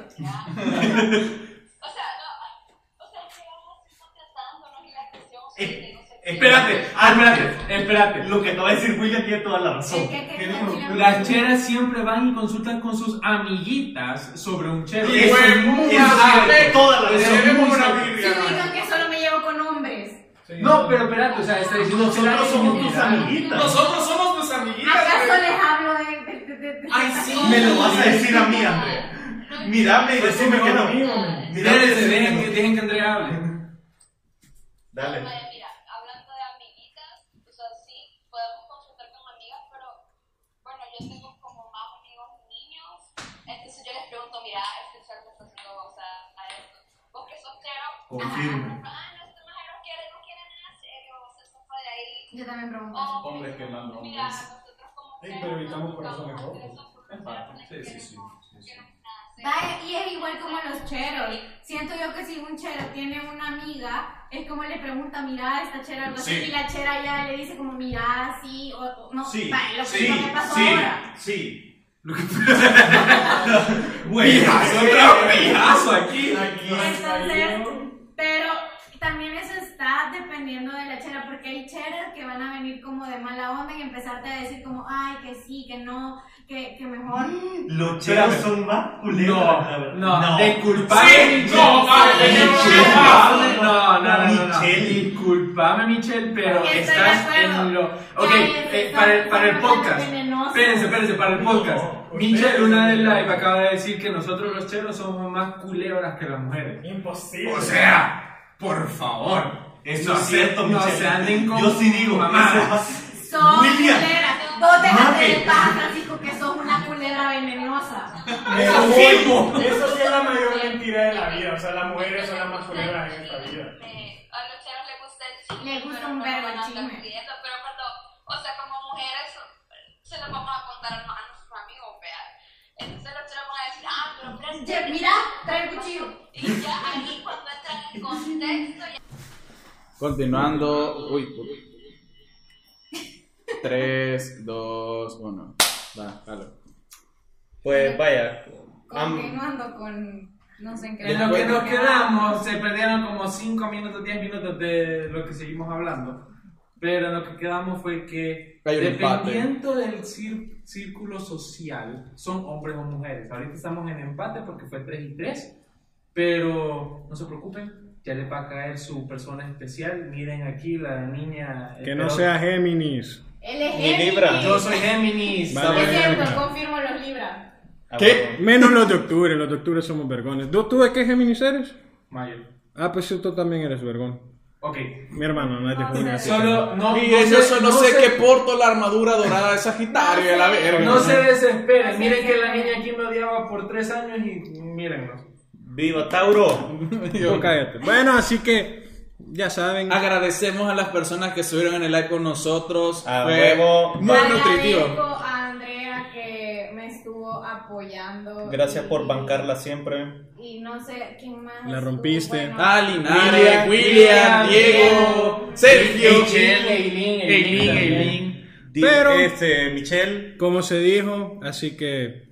Speaker 4: A huevo, chismecito.
Speaker 12: fácil. O sea, no, o sea, que ahora se están tratándonos y la cuestión, o sea,
Speaker 3: Eh,
Speaker 12: que no sé qué.
Speaker 3: Espérate, ah, espérate.
Speaker 5: espérate.
Speaker 3: Lo que acaba de decir William tiene toda la razón.
Speaker 4: ¿Qué- qué-
Speaker 5: ¿Qué
Speaker 4: qué-
Speaker 5: dijo?
Speaker 4: qué-
Speaker 5: Las cheras siempre van y consultan con sus amiguitas sobre un chero.
Speaker 2: Y
Speaker 5: Eso
Speaker 2: fue
Speaker 5: es muy
Speaker 2: muy
Speaker 3: eso
Speaker 5: cierto.
Speaker 3: tiene toda la
Speaker 2: Le
Speaker 3: razón.
Speaker 2: debemos una
Speaker 4: Si
Speaker 2: biblia.
Speaker 4: digan que solo me llevo con hombres.
Speaker 5: No, pero espérate, o sea, está diciendo
Speaker 3: Nosotros
Speaker 5: "Claro,
Speaker 3: somos
Speaker 5: mira,
Speaker 3: tus amiguitas.
Speaker 2: Nosotros somos tus amiguitas.
Speaker 4: ¿Acaso
Speaker 2: güey.
Speaker 4: les hablo de.? de- de- de- de-
Speaker 3: Ay, sí, me lo vas a decir a mí, Andrea. Mírame y decime que no. Mírame y
Speaker 5: espérense,
Speaker 3: decime
Speaker 5: dejen,
Speaker 3: que
Speaker 5: que-
Speaker 3: no.
Speaker 5: dejen que Andrea hable.
Speaker 3: Dale.
Speaker 12: Vaya, mira, hablando de amiguitas, o sea, sí, podemos consultar con amigas, pero bueno, yo tengo como más amigos niños, entonces yo les pregunto, mira, este ser está haciendo, o sea, a esto. Vos que sos cero,
Speaker 3: Confirmo.
Speaker 12: ah, no, este mujer no quiere, no quiere nada serio, se zafa de ahí.
Speaker 4: Yo también pregunto.
Speaker 12: O,
Speaker 9: Hombres quemando
Speaker 12: mira,
Speaker 9: hombres.
Speaker 12: nosotros como
Speaker 9: Ey,
Speaker 12: cero,
Speaker 9: pero
Speaker 12: no
Speaker 9: evitamos
Speaker 12: buscamos
Speaker 9: corazones
Speaker 12: hacer
Speaker 9: rotos.
Speaker 12: eso, porque nosotros
Speaker 9: Sí, sí, sí,
Speaker 12: queremos-
Speaker 9: sí, sí.
Speaker 12: queremos nada serio.
Speaker 4: Vaya, y es igual como los cheros. Siento yo que si un chero tiene una amiga, es como le pregunta, mira, esta chera algo así,
Speaker 2: Sí.
Speaker 4: y la chera ya le dice, como, mira, sí, o, o- no,
Speaker 3: Sí,
Speaker 4: vaya, lo,
Speaker 3: sí,
Speaker 4: lo que pasó
Speaker 3: sí,
Speaker 4: ahora.
Speaker 3: sí. Güey,
Speaker 2: Pijazo, otro pijazo aquí.
Speaker 4: Entonces, pero también eso está dependiendo de la chera, porque hay cheras que van a venir como de mala onda y empezarte a decir, como, ay, que sí, que no, que, que mejor.
Speaker 5: Mm.
Speaker 3: Los cheros son más culeros. la
Speaker 5: No, no,
Speaker 3: verdad.
Speaker 2: Sí,
Speaker 5: disculpame
Speaker 2: no, vale, tenemos que
Speaker 5: Michelle.
Speaker 2: hablar.
Speaker 5: No, no, no, no, no.
Speaker 3: Michelle.
Speaker 5: Disculpame, Michelle, pero
Speaker 4: Estoy de
Speaker 5: estás
Speaker 4: acuerdo.
Speaker 5: en lo.
Speaker 4: Ya,
Speaker 5: Ok,
Speaker 4: es-
Speaker 5: eh,
Speaker 4: son-
Speaker 5: para, el,
Speaker 4: son
Speaker 5: para el
Speaker 4: bastante
Speaker 5: podcast.
Speaker 4: venenosos.
Speaker 5: Espérense, espérense, para el podcast.
Speaker 9: No,
Speaker 5: Michelle,
Speaker 9: ustedes
Speaker 5: una de
Speaker 9: son
Speaker 5: las
Speaker 9: venenosos.
Speaker 5: acaba de decir que nosotros los cheros somos más culebras que las mujeres.
Speaker 9: Imposible.
Speaker 5: O sea, por favor.
Speaker 3: Eso
Speaker 5: no
Speaker 3: es
Speaker 5: se-
Speaker 3: cierto,
Speaker 5: no
Speaker 3: Michelle.
Speaker 5: se anden con
Speaker 3: Yo sí digo,
Speaker 5: mamadas.
Speaker 3: ese-
Speaker 4: Son
Speaker 3: William,
Speaker 4: culeras. Vos déjate
Speaker 3: Mami.
Speaker 4: de paja, Francisco, que sos una culebra venenosa.
Speaker 9: Eso
Speaker 3: Confirmo.
Speaker 9: sí, eso sí es la mayor mentira de la vida. O sea, las mujeres son las más culeras en esta vida.
Speaker 12: Eh, A los chavos les gusta el chisme.
Speaker 4: Les gusta
Speaker 12: pero
Speaker 4: un
Speaker 12: no
Speaker 4: verbo
Speaker 12: van a
Speaker 4: el chisme.
Speaker 12: estar pidiendo, Pero cuando, o sea, como mujeres, se lo vamos a contar a a nuestros amigos, vea. Entonces los chavos van a decir, ah, pero espérate,
Speaker 4: Ye- Mira, trae el cuchillo.
Speaker 12: Y ya ahí cuando entran en contexto, ya
Speaker 2: Continuando. Uy, puta. 3, 2, 1. Va, dale.
Speaker 3: Pues vaya. am-
Speaker 4: Continuando con.
Speaker 8: No sé en qué.
Speaker 5: En lo que nos quedamos, se perdieron como 5 minutos, 10 minutos de lo que seguimos hablando. Pero en lo que quedamos fue que,
Speaker 2: Hay un empate.
Speaker 5: dependiendo del cír- círculo social, son hombres o mujeres. Ahorita estamos en empate porque fue 3 y 3. Pero no se preocupen, ya les va a caer su persona especial. Miren aquí la niña. eh,
Speaker 6: Que
Speaker 5: pero-
Speaker 6: no sea Géminis.
Speaker 4: Él es
Speaker 3: Ni
Speaker 4: Géminis.
Speaker 3: Libra.
Speaker 5: Yo soy Géminis.
Speaker 6: Vale.
Speaker 4: Es cierto,
Speaker 6: Libra.
Speaker 4: confirmo los Libra.
Speaker 3: Ah, ¿Qué?
Speaker 6: Menos los de octubre, los de octubre somos vergones. ¿Tú, tú de qué Géminis eres?
Speaker 5: Mayo.
Speaker 6: Ah, pues tú también eres vergón.
Speaker 5: Ok.
Speaker 6: Mi hermano, no es de junio. así que-
Speaker 5: Solo no.
Speaker 2: Y
Speaker 5: no
Speaker 2: yo
Speaker 5: se-
Speaker 2: solo
Speaker 5: no
Speaker 2: sé
Speaker 5: se-
Speaker 2: que porto la armadura dorada de Sagitario, a la verga.
Speaker 5: No se desesperen,
Speaker 4: No
Speaker 5: miren
Speaker 4: se
Speaker 5: que la
Speaker 4: desesperen.
Speaker 5: niña aquí me odiaba por tres años y mírenlo.
Speaker 3: ¡Viva Tauro!
Speaker 6: Tú cállate. Bueno, así que ya saben.
Speaker 2: Agradecemos a las personas que estuvieron en el live con nosotros.
Speaker 3: A
Speaker 2: Fue
Speaker 3: huevo.
Speaker 2: Muy
Speaker 4: Agradezco
Speaker 2: nutritivo.
Speaker 4: a Andrea que me estuvo apoyando.
Speaker 3: Gracias por
Speaker 4: y-
Speaker 3: bancarla siempre.
Speaker 4: Y no sé quién más.
Speaker 6: La
Speaker 4: estuvo,
Speaker 6: rompiste. Ah,
Speaker 4: bueno.
Speaker 2: A Linares, William,
Speaker 5: William, William,
Speaker 2: Diego,
Speaker 5: Diego,
Speaker 2: Sergio,
Speaker 5: Michelle, Eileen, Eileen, Eileen.
Speaker 3: Di-
Speaker 6: Pero-
Speaker 3: Este, Michelle.
Speaker 6: Como se dijo, así que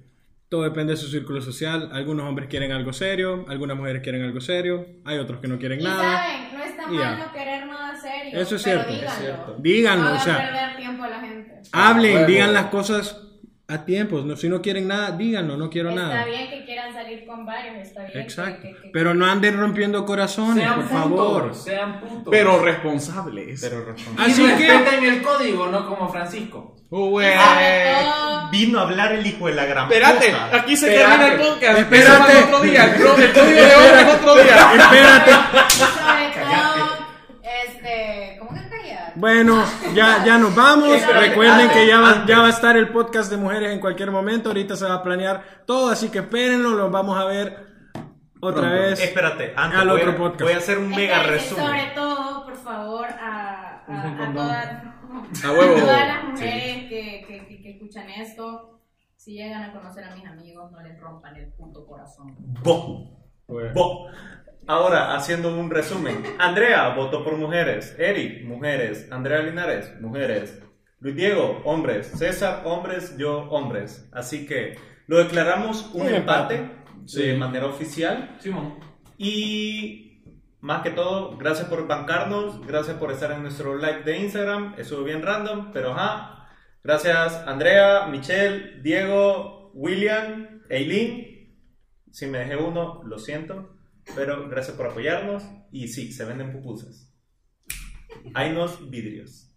Speaker 6: todo depende de su círculo social. Algunos hombres quieren algo serio, algunas mujeres quieren algo serio, hay otros que no quieren
Speaker 4: Y
Speaker 6: nada.
Speaker 4: saben, no está
Speaker 6: Y ya.
Speaker 4: mal no querer nada serio.
Speaker 6: Eso es
Speaker 4: pero
Speaker 6: cierto.
Speaker 4: Díganlo.
Speaker 6: Es
Speaker 4: cierto.
Speaker 6: Díganlo,
Speaker 4: no
Speaker 6: o sea,
Speaker 4: perder tiempo a la gente.
Speaker 6: hablen,
Speaker 2: Huevo.
Speaker 6: digan las cosas a tiempo. No, si no quieren nada, díganlo, no quiero
Speaker 4: está
Speaker 6: nada.
Speaker 4: bien que quieran salir con varios, está bien. que-
Speaker 6: Exacto.
Speaker 4: que- que-
Speaker 6: Pero no anden rompiendo corazones,
Speaker 5: Sean
Speaker 6: por favor.
Speaker 5: favor, sean puntos.
Speaker 2: Pero responsables.
Speaker 3: Pero responde.
Speaker 5: Así
Speaker 6: Así
Speaker 5: y
Speaker 6: que
Speaker 5: respeten el código, no como Francisco.
Speaker 2: Güey.
Speaker 4: Sobre
Speaker 3: Vino a hablar el hijo de la gran
Speaker 2: Espérate,
Speaker 3: puta.
Speaker 2: aquí se
Speaker 5: Espérate.
Speaker 2: termina el podcast.
Speaker 6: Espérate.
Speaker 2: Empezamos otro día. El pro- el código de hoy es otro día.
Speaker 6: espérate.
Speaker 4: todo- sobre todo, este, ¿cómo que callas?
Speaker 6: Bueno, ya, ya nos vamos.
Speaker 4: Espérate,
Speaker 6: Recuerden
Speaker 4: antes,
Speaker 6: que ya va, ya va a estar el podcast de mujeres en cualquier momento. Ahorita se va a planear todo, así que espérenlo. Los vamos a ver otra
Speaker 2: Pronto.
Speaker 6: vez.
Speaker 3: Espérate, antes
Speaker 6: Al
Speaker 3: voy,
Speaker 6: otro
Speaker 3: a,
Speaker 6: podcast.
Speaker 3: voy a hacer un mega
Speaker 4: Espérense,
Speaker 3: resumen.
Speaker 4: Sobre todo, por favor, a, a,
Speaker 5: Usen
Speaker 4: a
Speaker 5: condón.
Speaker 4: todas,
Speaker 2: A huevo.
Speaker 4: a todas las mujeres que, que, que, que escuchan esto, si llegan a conocer a mis amigos, no les rompan el puto corazón.
Speaker 3: Bo. Bo. Ahora, haciendo un resumen. Andrea votó por mujeres. Eric, mujeres. Andrea Linares, mujeres. Luis Diego, hombres. César, hombres. Yo, hombres. Así que lo declaramos un,
Speaker 6: Un empate.
Speaker 3: empate, de manera oficial.
Speaker 5: Simón.
Speaker 3: Y más que todo, gracias por bancarnos. Gracias por estar en nuestro live de Instagram. Estuvo bien random, pero ajá. Gracias, Andrea, Michelle, Diego, William, Eileen. Si me dejé uno, lo siento. Pero gracias por apoyarnos. Y sí, se venden pupusas. Hay unos vidrios.